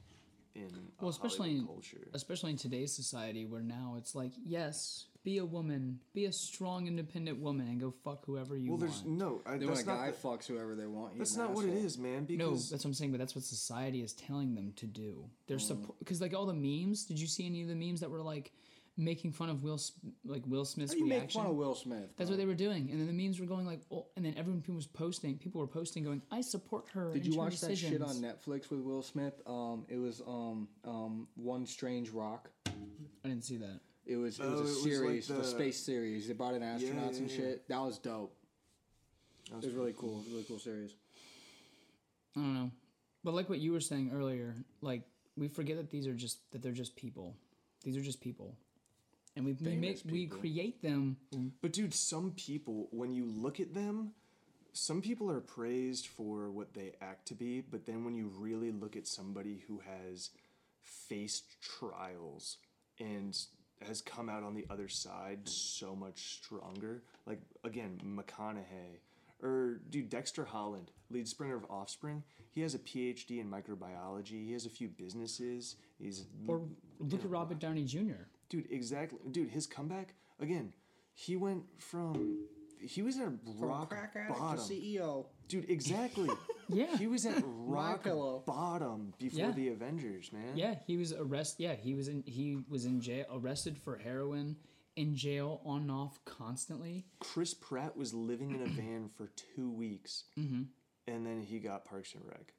Speaker 2: in
Speaker 1: Well,
Speaker 2: well,
Speaker 1: especially
Speaker 2: especially
Speaker 1: in-
Speaker 2: culture.
Speaker 1: Especially in today's society, where now it's like, yes, be a woman, be a strong, independent woman, and go fuck whoever you
Speaker 2: Well,
Speaker 1: want.
Speaker 2: there's no. I,
Speaker 3: Then when
Speaker 2: that's
Speaker 3: a
Speaker 2: not.
Speaker 3: guy
Speaker 2: the-
Speaker 3: fucks whoever they want, he's
Speaker 2: that's
Speaker 3: an
Speaker 2: not what it
Speaker 3: asshole.
Speaker 2: is, man.
Speaker 1: No,
Speaker 2: Because
Speaker 1: that's what I'm saying, but that's what society is telling them to do. They're
Speaker 3: Mm.
Speaker 1: support because like all the memes. Did you see any of the memes that were like making fun of Will, Sm- like Will Smith's
Speaker 3: How do you make
Speaker 1: reaction?
Speaker 3: fun of Will Smith?
Speaker 1: that's
Speaker 3: bro?
Speaker 1: what they were doing, and then the memes were going like, oh, and then everyone people was posting. People were posting going, "I support her."
Speaker 3: Did
Speaker 1: and
Speaker 3: you
Speaker 1: her
Speaker 3: watch that shit
Speaker 1: decisions."
Speaker 3: on Netflix with Will Smith? Um, it was um, um, One Strange Rock.
Speaker 1: I didn't see that.
Speaker 3: It was it was
Speaker 2: Oh, it
Speaker 3: a
Speaker 2: was like
Speaker 3: series, the,
Speaker 2: the-
Speaker 3: space series. They brought in astronauts
Speaker 2: yeah,
Speaker 3: and
Speaker 2: yeah.
Speaker 3: shit. That was dope.
Speaker 2: That
Speaker 3: It
Speaker 2: was
Speaker 3: was really cool. It was a really cool series.
Speaker 1: I don't know. But like what you were saying earlier, like we forget that these are just that they're just people. These are just people. And we, we make
Speaker 3: Famous
Speaker 1: we
Speaker 3: people.
Speaker 1: create them.
Speaker 2: But dude, some people, when you look at them, some people are praised for what they act to be, but then when you really look at somebody who has faced trials and has come out on the other side so much stronger, like again, McConaughey or dude Dexter Holland, lead sprinter of Offspring. He has a PhD in microbiology. He has a few businesses. He's
Speaker 1: Or look at Robert Downey Jr.
Speaker 2: dude exactly dude his comeback again. He went from he was at rock
Speaker 3: Crack addict
Speaker 2: bottom.
Speaker 3: to E CEO.
Speaker 2: Dude,
Speaker 3: (laughs)
Speaker 2: exactly.
Speaker 1: Yeah.
Speaker 2: He was at rock
Speaker 3: pillow.
Speaker 2: bottom before
Speaker 1: Yeah.
Speaker 2: the Avengers, man.
Speaker 1: Yeah, he was arrested. Yeah, he was in he was in jail, arrested for heroin, in jail on and off constantly.
Speaker 2: Chris Pratt was living
Speaker 3: (clears throat)
Speaker 2: in a van for two weeks,
Speaker 3: Mm-hmm.
Speaker 2: and then he got Parks and Rec.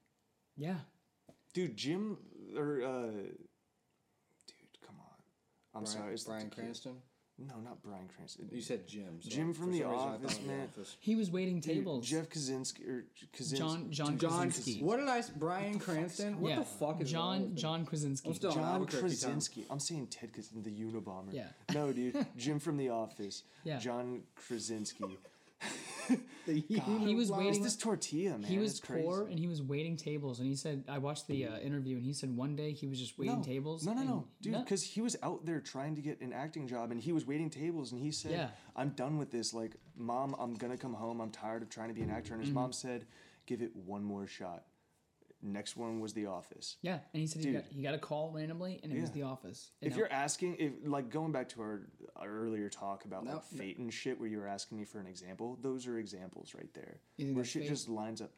Speaker 1: Yeah,
Speaker 2: Dude, Jim or uh, dude, come on. I'm
Speaker 3: Brian,
Speaker 2: sorry, it's the
Speaker 3: Bryan
Speaker 2: tequila.
Speaker 3: Cranston.
Speaker 2: No, not Brian Cranston.
Speaker 3: You said Jim. so
Speaker 2: Jim from
Speaker 3: for
Speaker 2: The
Speaker 3: some reason I thought
Speaker 2: Office,
Speaker 3: it was The
Speaker 2: man.
Speaker 3: Office.
Speaker 1: he was waiting
Speaker 2: Dude,
Speaker 1: tables.
Speaker 2: Jeff Kaczynski or Kaczynski.
Speaker 1: John John
Speaker 2: John
Speaker 1: Krasinski.
Speaker 3: What did I? s- Brian Cranston. What
Speaker 1: yeah.
Speaker 3: the fuck is wrong with
Speaker 1: John
Speaker 3: me?
Speaker 1: John Krasinski?
Speaker 3: I'm still- Oh,
Speaker 2: John
Speaker 3: Albuquerque, Tom.
Speaker 2: Krasinski. I'm saying Ted Krasinski, the Unabomber.
Speaker 1: Yeah. (laughs)
Speaker 2: No, dude. Jim from The Office.
Speaker 1: Yeah.
Speaker 2: John
Speaker 1: (laughs)
Speaker 2: Krasinski.
Speaker 1: he was
Speaker 2: It's
Speaker 1: waiting.
Speaker 2: this tortilla, man.
Speaker 1: He was
Speaker 2: it's crazy.
Speaker 1: poor and he was waiting tables. And he said, I watched the uh, interview, and he said one day he was just waiting
Speaker 2: no,
Speaker 1: tables.
Speaker 2: No, no,
Speaker 1: and-
Speaker 2: no, dude, because he was out there trying to get an acting job, and he was waiting tables, and he said,
Speaker 1: Yeah.
Speaker 2: "I'm done with this. Like, mom, I'm gonna come home. I'm tired of trying to be an actor." And
Speaker 1: Mm-hmm.
Speaker 2: his mom said, "Give it one more shot." Next one was The Office.
Speaker 1: yeah, and he said he
Speaker 2: Dude.
Speaker 1: got, he got a call randomly, and it was
Speaker 2: Yeah.
Speaker 1: the office. And
Speaker 2: If
Speaker 1: that-
Speaker 2: you're asking, if like going back to our, our earlier talk about
Speaker 3: No,
Speaker 2: like fate and shit, where you were asking me for an example, those are examples right there,
Speaker 1: You think
Speaker 2: where
Speaker 1: that's
Speaker 2: shit
Speaker 1: fate?
Speaker 2: just lines up.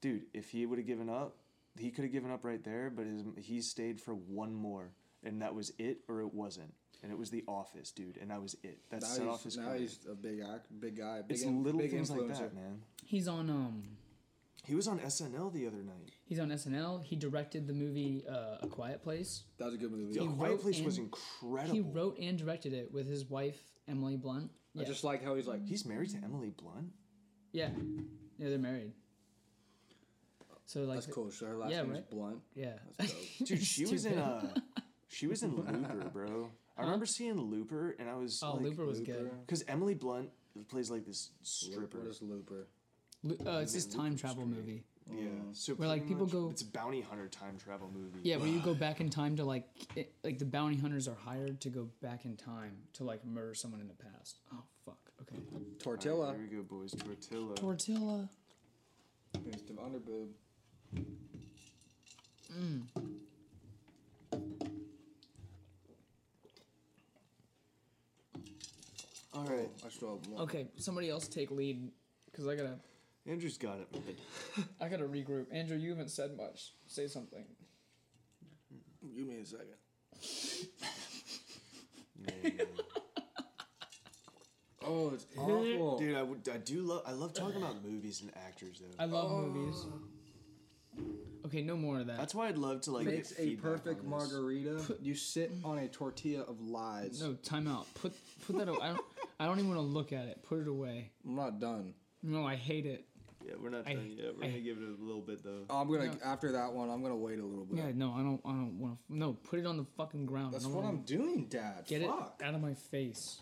Speaker 2: Dude, if he would have given up, he could have given up right there, but his, he stayed for one more, and that was it, or it wasn't, and it was The Office, dude, and that was it. That
Speaker 3: Now
Speaker 2: set off
Speaker 3: he's,
Speaker 2: his
Speaker 3: now
Speaker 2: career.
Speaker 3: he's a big act, big guy. Big
Speaker 2: it's
Speaker 3: in-
Speaker 2: little
Speaker 3: big
Speaker 2: things like
Speaker 3: influencer.
Speaker 2: that, man.
Speaker 1: he's on um
Speaker 2: He was on SNL the other night.
Speaker 1: he's on SNL. He directed the movie uh, A Quiet Place.
Speaker 3: That was a good movie.
Speaker 2: The Quiet
Speaker 1: wrote
Speaker 2: Place was
Speaker 1: in-
Speaker 2: incredible.
Speaker 1: He wrote and directed it with his wife Emily Blunt.
Speaker 3: I
Speaker 1: Yeah,
Speaker 3: just like how he's like.
Speaker 2: he's married to Emily Blunt.
Speaker 1: yeah, yeah. They're married. So like,
Speaker 3: That's cool. So her last
Speaker 1: Yeah,
Speaker 3: name's
Speaker 1: right?
Speaker 3: Blunt.
Speaker 1: yeah. (laughs)
Speaker 2: (laughs) Dude, she was in
Speaker 1: Stupid.
Speaker 2: uh she
Speaker 1: (laughs)
Speaker 2: was in Looper, bro. I remember seeing Looper and I was
Speaker 1: Oh,
Speaker 2: like,
Speaker 1: Looper was good.
Speaker 3: Looper.
Speaker 2: cuz Emily Blunt plays like this
Speaker 3: Looper.
Speaker 2: stripper.
Speaker 3: What is Looper?
Speaker 1: Lu- Uh, it's this time travel movie.
Speaker 2: yeah.
Speaker 3: Mm.
Speaker 2: So
Speaker 1: Where, like,
Speaker 2: pretty
Speaker 1: people
Speaker 2: much-
Speaker 1: go-
Speaker 2: it's a bounty hunter time travel movie.
Speaker 1: Yeah, where you go back in time to like, it, like the bounty hunters are hired to go back in time to like murder someone in the past. Oh fuck. Okay.
Speaker 3: Tortilla.
Speaker 2: Here we go, boys. Tortilla.
Speaker 1: Tortilla.
Speaker 3: It's the underboob.
Speaker 1: Mm.
Speaker 2: All right.
Speaker 3: Oh, I still have one.
Speaker 1: Okay, somebody else take lead, cause I gotta,
Speaker 2: Andrew's got it. man.
Speaker 1: I gotta regroup. Andrew, you haven't said much. Say something.
Speaker 3: Give me a second.
Speaker 2: Man.
Speaker 3: Oh, it's awful.
Speaker 2: Dude, I, would- I do love I love talking about movies and actors though.
Speaker 1: I love
Speaker 3: Uh.
Speaker 1: movies. Okay, no more of that.
Speaker 2: That's why I'd love to like get
Speaker 3: makes a
Speaker 2: feedback
Speaker 3: perfect
Speaker 2: on this.
Speaker 1: (laughs)
Speaker 3: margarita. You sit on a tortilla of lies.
Speaker 1: No, time out. Put put that. away. I don't. I don't even want to look at it. Put it away.
Speaker 3: I'm not done.
Speaker 1: No, I hate it.
Speaker 2: Yeah, we're not
Speaker 1: I-
Speaker 2: done yet. We're
Speaker 1: I-
Speaker 2: going to give it a little bit though.
Speaker 3: I'm gonna after that one. I'm gonna wait a little bit.
Speaker 1: Yeah, no, I don't. I don't want to. No, put it on the fucking ground.
Speaker 3: That's
Speaker 1: I don't
Speaker 3: what
Speaker 1: wanna
Speaker 3: I'm doing, Dad.
Speaker 1: Get
Speaker 3: Fuck.
Speaker 1: it out of my face.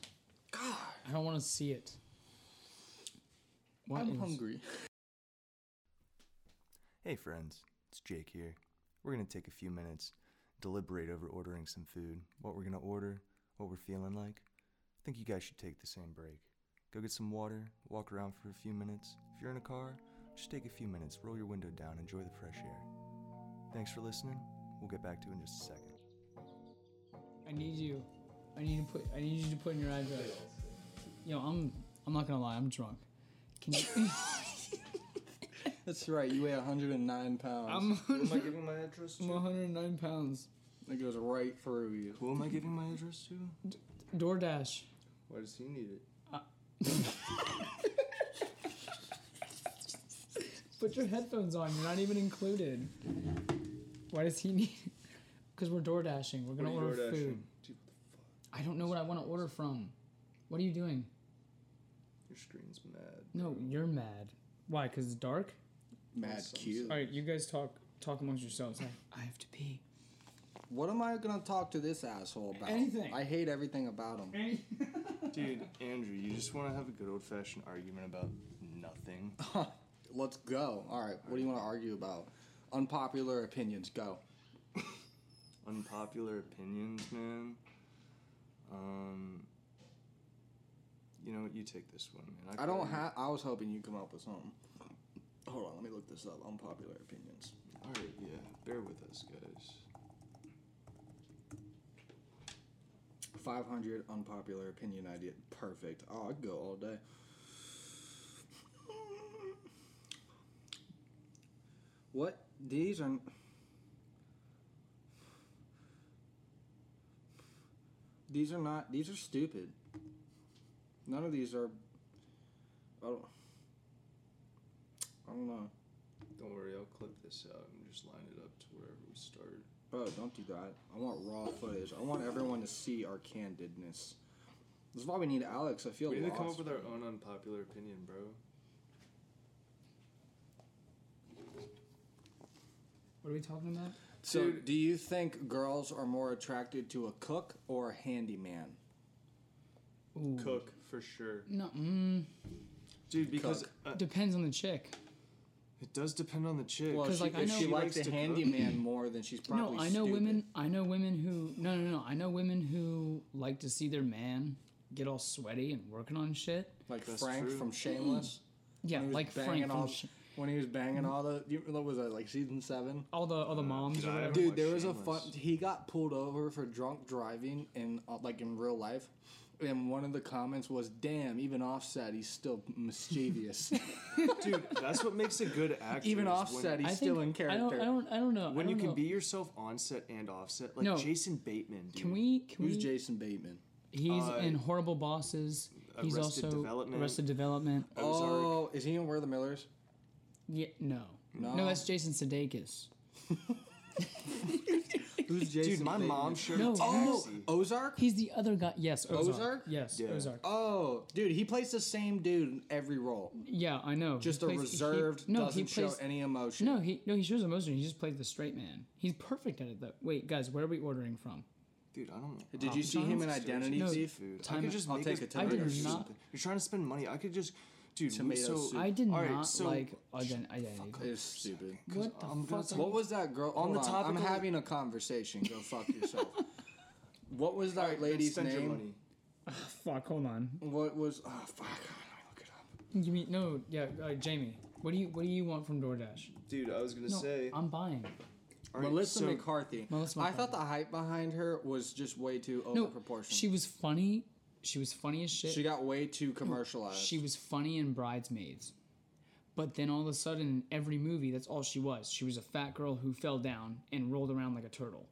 Speaker 3: God,
Speaker 1: I don't want to see it. What
Speaker 3: I'm
Speaker 1: is-
Speaker 3: hungry.
Speaker 2: Hey friends, it's Jake here. We're going to take a few minutes, deliberate over ordering some food, what we're going to order, what we're feeling like. I think you guys should take the same break. Go get some water, walk around for a few minutes. If you're in a car, just take a few minutes, roll your window down, enjoy the fresh air. Thanks for listening. We'll get back to it in just a second.
Speaker 1: I need you. I need to put. I need you to put in your address. Yo, I'm. I'm not gonna lie. I'm drunk. Can you?
Speaker 3: That's right. You weigh 109 pounds.
Speaker 1: I'm.
Speaker 2: (laughs) Who am I giving my address
Speaker 1: I'm 109 pounds.
Speaker 3: it goes right through you.
Speaker 2: Who am I giving my address to?
Speaker 1: DoorDash.
Speaker 2: Why does he need it?
Speaker 1: Put your headphones on. You're not even included. Why does he need? (laughs) Because we're door dashing. We're gonna
Speaker 2: What are you
Speaker 1: order
Speaker 2: DoorDashing?
Speaker 1: food.
Speaker 2: Dude,
Speaker 1: I don't know what I want to order from. What are you doing?
Speaker 2: Your screen's mad.
Speaker 1: No, you're mad. Why? Because it's dark.
Speaker 3: Mad cute.
Speaker 1: All right, you guys talk talk amongst yourselves. I, I have to (laughs) pee.
Speaker 3: What am I gonna talk to this asshole about?
Speaker 1: Anything.
Speaker 3: I hate everything about him.
Speaker 2: Dude, Andrew, you just want to have a good old fashioned argument about nothing.
Speaker 3: Let's go. All right. What do you want to argue about? Unpopular opinions. Go.
Speaker 2: Unpopular opinions, man. Um, you know, you take this one, man.
Speaker 3: I don't
Speaker 2: couldn't-
Speaker 3: have. I was hoping you come up with something. Hold on, let me look this up. Unpopular opinions.
Speaker 2: All right, yeah. Bear with us, guys.
Speaker 3: Five hundred unpopular opinion idea. Perfect. Oh, I'd go all day. What these are? These are not. These are stupid. None of these are. I don't. I don't know.
Speaker 2: Don't worry, I'll clip this out and just line it up to wherever we started.
Speaker 3: Bro, don't do that. I want raw footage. I want everyone to see our candidness. This is why we need Alex. I feel
Speaker 2: We need to
Speaker 3: lost.
Speaker 2: come up with our own unpopular opinion, bro.
Speaker 1: What are we talking about?
Speaker 3: so,
Speaker 2: Dude.
Speaker 3: do you think girls are more attracted to a cook or a handyman?
Speaker 1: Ooh.
Speaker 2: Cook for sure,
Speaker 1: No, mm,
Speaker 2: dude. Because
Speaker 3: Cook.
Speaker 2: uh,
Speaker 1: depends on the chick.
Speaker 2: it does depend on the chick.
Speaker 3: Well,
Speaker 1: 'Cause,
Speaker 3: (laughs) she,
Speaker 1: like, I
Speaker 3: if
Speaker 1: know-
Speaker 3: she
Speaker 1: She
Speaker 3: likes the
Speaker 2: likes to cook.
Speaker 3: handyman (clears throat) more, then she's probably
Speaker 1: no, I know
Speaker 3: stupid.
Speaker 1: women. I know women who. No, no, no. I know women who like to see their man get all sweaty and working on shit.
Speaker 3: like
Speaker 2: That's
Speaker 3: Frank
Speaker 2: true.
Speaker 3: from Shameless.
Speaker 1: Mm. Yeah,
Speaker 3: When he was
Speaker 1: like
Speaker 3: banging
Speaker 1: Frank
Speaker 3: all,
Speaker 1: from Sh-
Speaker 3: when he was banging all the. you- What was that? Like season seven.
Speaker 1: all the all the moms.
Speaker 2: did
Speaker 1: or
Speaker 2: I
Speaker 1: whatever.
Speaker 2: ever-
Speaker 3: Dude,
Speaker 2: watch
Speaker 3: there was a fun.
Speaker 2: Shameless.
Speaker 3: He got pulled over for drunk driving in uh, like in real life, and one of the comments was, "Damn, even Offset, he's still
Speaker 1: (laughs)
Speaker 3: mischievous.
Speaker 2: dude, that's what makes a good actor.
Speaker 3: even
Speaker 2: is when-
Speaker 3: Offset, he's
Speaker 1: I
Speaker 3: still in
Speaker 1: think-
Speaker 3: character."
Speaker 1: I don't. I don't. I don't know.
Speaker 2: When
Speaker 1: I
Speaker 2: you
Speaker 1: don't
Speaker 2: can
Speaker 1: know.
Speaker 2: be yourself on set and off set, like
Speaker 1: No.
Speaker 2: Jason Bateman, dude.
Speaker 1: Can we? Can
Speaker 3: Who's
Speaker 1: we?
Speaker 3: Jason Bateman?
Speaker 1: He's
Speaker 2: Uh,
Speaker 1: in Horrible Bosses. He's
Speaker 2: Arrested
Speaker 1: also
Speaker 2: Development.
Speaker 1: Arrested Development.
Speaker 2: Ozark.
Speaker 3: Oh, is he in Where the Millers?
Speaker 1: Yeah, no.
Speaker 3: No.
Speaker 1: that's Jason Sudeikis. (laughs)
Speaker 3: Who's Jason?
Speaker 2: dude, my
Speaker 3: Bateman?
Speaker 2: mom sure
Speaker 1: No,
Speaker 3: Oh,
Speaker 2: Taxi.
Speaker 3: Ozark.
Speaker 1: He's the other guy. Yes, Ozark.
Speaker 3: Ozark?
Speaker 1: Yes,
Speaker 2: Yeah.
Speaker 1: Ozark.
Speaker 3: Oh, dude, he plays the same dude in every role.
Speaker 1: Yeah, I know.
Speaker 3: Just
Speaker 1: He
Speaker 3: a
Speaker 1: plays- he-
Speaker 3: reserved,
Speaker 1: no,
Speaker 3: doesn't
Speaker 1: he plays.
Speaker 3: show any emotion.
Speaker 1: no, he no, he shows emotion. He just plays the straight man. He's perfect at it though. Wait, guys, where are we ordering from?
Speaker 2: Dude, I don't know.
Speaker 3: Did you see him in
Speaker 2: Upstairs,
Speaker 3: Identity
Speaker 2: no,
Speaker 3: Thief?
Speaker 2: Food. I
Speaker 1: Time
Speaker 2: could
Speaker 1: out.
Speaker 2: just
Speaker 3: I'll
Speaker 2: make
Speaker 3: take
Speaker 2: a
Speaker 3: a tomato
Speaker 2: burger or
Speaker 1: soup.
Speaker 2: something. You're trying to spend money. I could just, dude. we-
Speaker 3: Tomato
Speaker 2: so,
Speaker 3: soup.
Speaker 1: I did
Speaker 2: all right,
Speaker 1: not
Speaker 2: so,
Speaker 1: like ident- identity.
Speaker 3: It's stupid.
Speaker 1: What the
Speaker 2: I'm gonna
Speaker 1: fuck?
Speaker 2: tell
Speaker 1: are
Speaker 3: What
Speaker 1: you-
Speaker 3: was that girl?
Speaker 2: On
Speaker 3: hold
Speaker 2: the
Speaker 3: on,
Speaker 2: topic
Speaker 3: I'm
Speaker 2: of-
Speaker 3: having a conversation. Go fuck yourself.
Speaker 1: (laughs)
Speaker 3: what was that lady's
Speaker 2: spend your
Speaker 3: name?
Speaker 2: money.
Speaker 1: Fuck. Hold on.
Speaker 3: What was? Oh fuck! Let me look it up.
Speaker 1: You mean no? Yeah, uh, Jamie. What do you What do you want from DoorDash?
Speaker 2: Dude, I was gonna
Speaker 1: No,
Speaker 2: say.
Speaker 1: I'm buying.
Speaker 2: all right,
Speaker 3: Melissa
Speaker 2: so-
Speaker 3: McCarthy.
Speaker 1: Melissa
Speaker 3: I thought the hype behind her was just way too over
Speaker 1: No,
Speaker 3: proportion.
Speaker 1: she was funny. She was funny as shit.
Speaker 3: she got way too commercialized.
Speaker 1: She was funny in Bridesmaids. But then all of a sudden, in every movie, that's all she was. She was a fat girl who fell down and rolled around like a turtle.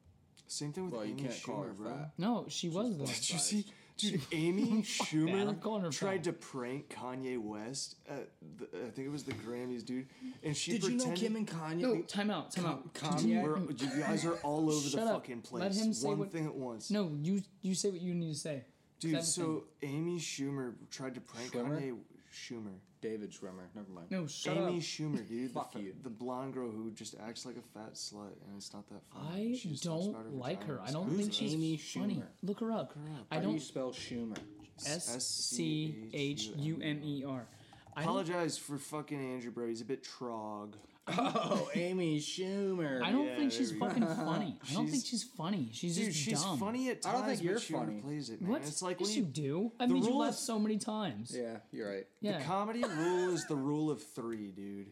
Speaker 2: Same thing with
Speaker 3: well, you
Speaker 2: Amy
Speaker 3: can't call her
Speaker 2: Schumer, bro.
Speaker 3: fat.
Speaker 1: No, she was though.
Speaker 2: Did you see,
Speaker 3: (laughs)
Speaker 2: dude? Amy
Speaker 1: that,
Speaker 2: Schumer
Speaker 1: I'm calling her
Speaker 2: tried
Speaker 1: fat.
Speaker 2: to prank Kanye West at the, I think it was the Grammys, dude. And she
Speaker 3: Did you know
Speaker 2: pretended.
Speaker 3: Kim and
Speaker 2: (laughs)
Speaker 3: Kanye?
Speaker 1: No, time out, time
Speaker 3: Con-
Speaker 1: out.
Speaker 3: Kanye?
Speaker 1: Continue.
Speaker 2: We're, you guys are all
Speaker 3: (laughs)
Speaker 2: over
Speaker 1: Shut
Speaker 2: the
Speaker 1: up.
Speaker 2: fucking
Speaker 1: Let
Speaker 2: place.
Speaker 1: him say
Speaker 2: One
Speaker 1: what-
Speaker 2: thing at once.
Speaker 1: No, you you say what you need to say.
Speaker 2: dude.
Speaker 1: That's the
Speaker 2: So Amy Schumer tried to prank
Speaker 3: Schwimmer?
Speaker 2: Kanye Schumer.
Speaker 3: David Schwimmer. Never mind.
Speaker 1: thing. No, shut
Speaker 2: Amy
Speaker 1: up.
Speaker 2: Schumer, dude, the,
Speaker 3: Fuck
Speaker 2: fa-
Speaker 3: you.
Speaker 2: the blonde girl who just acts like a fat slut, and it's not that funny.
Speaker 1: I
Speaker 2: She just talks about
Speaker 1: don't like her.
Speaker 2: vagina.
Speaker 1: I don't
Speaker 2: Who's
Speaker 1: think
Speaker 2: that?
Speaker 1: she's
Speaker 3: Amy
Speaker 1: funny.
Speaker 3: Schumer?
Speaker 1: Look her up. I
Speaker 3: How do you
Speaker 1: don't. (laughs)
Speaker 3: spell Schumer?
Speaker 1: S C H U M E R. I don't.
Speaker 2: Apologize for fucking Andrew, bro. He's a bit trog.
Speaker 3: Oh, Amy Schumer.
Speaker 1: I don't
Speaker 2: Yeah,
Speaker 1: think
Speaker 2: there
Speaker 1: she's
Speaker 2: we go.
Speaker 1: fucking funny. I don't think
Speaker 2: She's-
Speaker 1: she's funny. She's
Speaker 2: Dude,
Speaker 1: just
Speaker 2: she's
Speaker 1: dumb.
Speaker 2: funny at times.
Speaker 3: I don't think you're
Speaker 2: but she
Speaker 3: funny.
Speaker 2: Plays it, man.
Speaker 1: What?
Speaker 2: It's like when
Speaker 1: yes,
Speaker 2: you,
Speaker 1: you, do. I
Speaker 2: the
Speaker 1: mean, you
Speaker 2: rule
Speaker 1: laugh
Speaker 2: is-
Speaker 1: so many times.
Speaker 3: Yeah, you're right.
Speaker 1: Yeah.
Speaker 2: the comedy
Speaker 1: (laughs)
Speaker 2: rule is the rule of three, dude.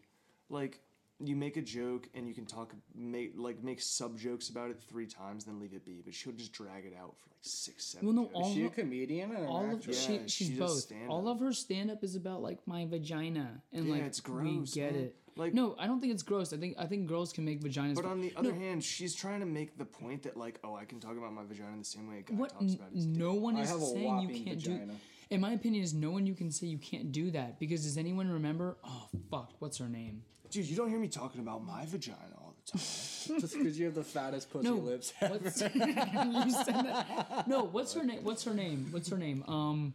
Speaker 2: Like you make a joke and you can talk, make like make sub jokes about it three times, then leave it be. But she'll just drag it out for like six, seven.
Speaker 1: Well, no,
Speaker 2: jokes.
Speaker 1: all
Speaker 3: Is she a
Speaker 1: her-
Speaker 3: comedian and an
Speaker 1: all of
Speaker 3: actress?
Speaker 1: she,
Speaker 2: Yeah,
Speaker 1: she's
Speaker 2: she does
Speaker 1: both.
Speaker 2: stand-up.
Speaker 1: All of her stand up is about like my vagina and
Speaker 2: Yeah,
Speaker 1: like
Speaker 2: it's gross,
Speaker 1: we get
Speaker 2: man.
Speaker 1: it.
Speaker 2: Like-
Speaker 1: Like no, I don't think it's gross. I think I think girls can make vaginas.
Speaker 2: But
Speaker 1: fu-
Speaker 2: on the
Speaker 1: No,
Speaker 2: other hand, she's trying to make the point that like, oh, I can talk about my vagina the same way a guy
Speaker 1: what
Speaker 2: talks about his.
Speaker 1: n- no one
Speaker 3: I
Speaker 1: is
Speaker 3: have a
Speaker 1: saying you
Speaker 3: whopping
Speaker 1: can't do.
Speaker 3: vagina.
Speaker 1: In my opinion, is no one you can say you can't do that because does anyone remember? Oh fuck, what's her name?
Speaker 2: Dude, you don't hear me talking about my vagina all the time. (laughs)
Speaker 3: Just because you have the fattest pussy
Speaker 1: No, (laughs)
Speaker 3: lips.
Speaker 1: what's, you said that. No, what's her name? What's her name? What's her name? Um,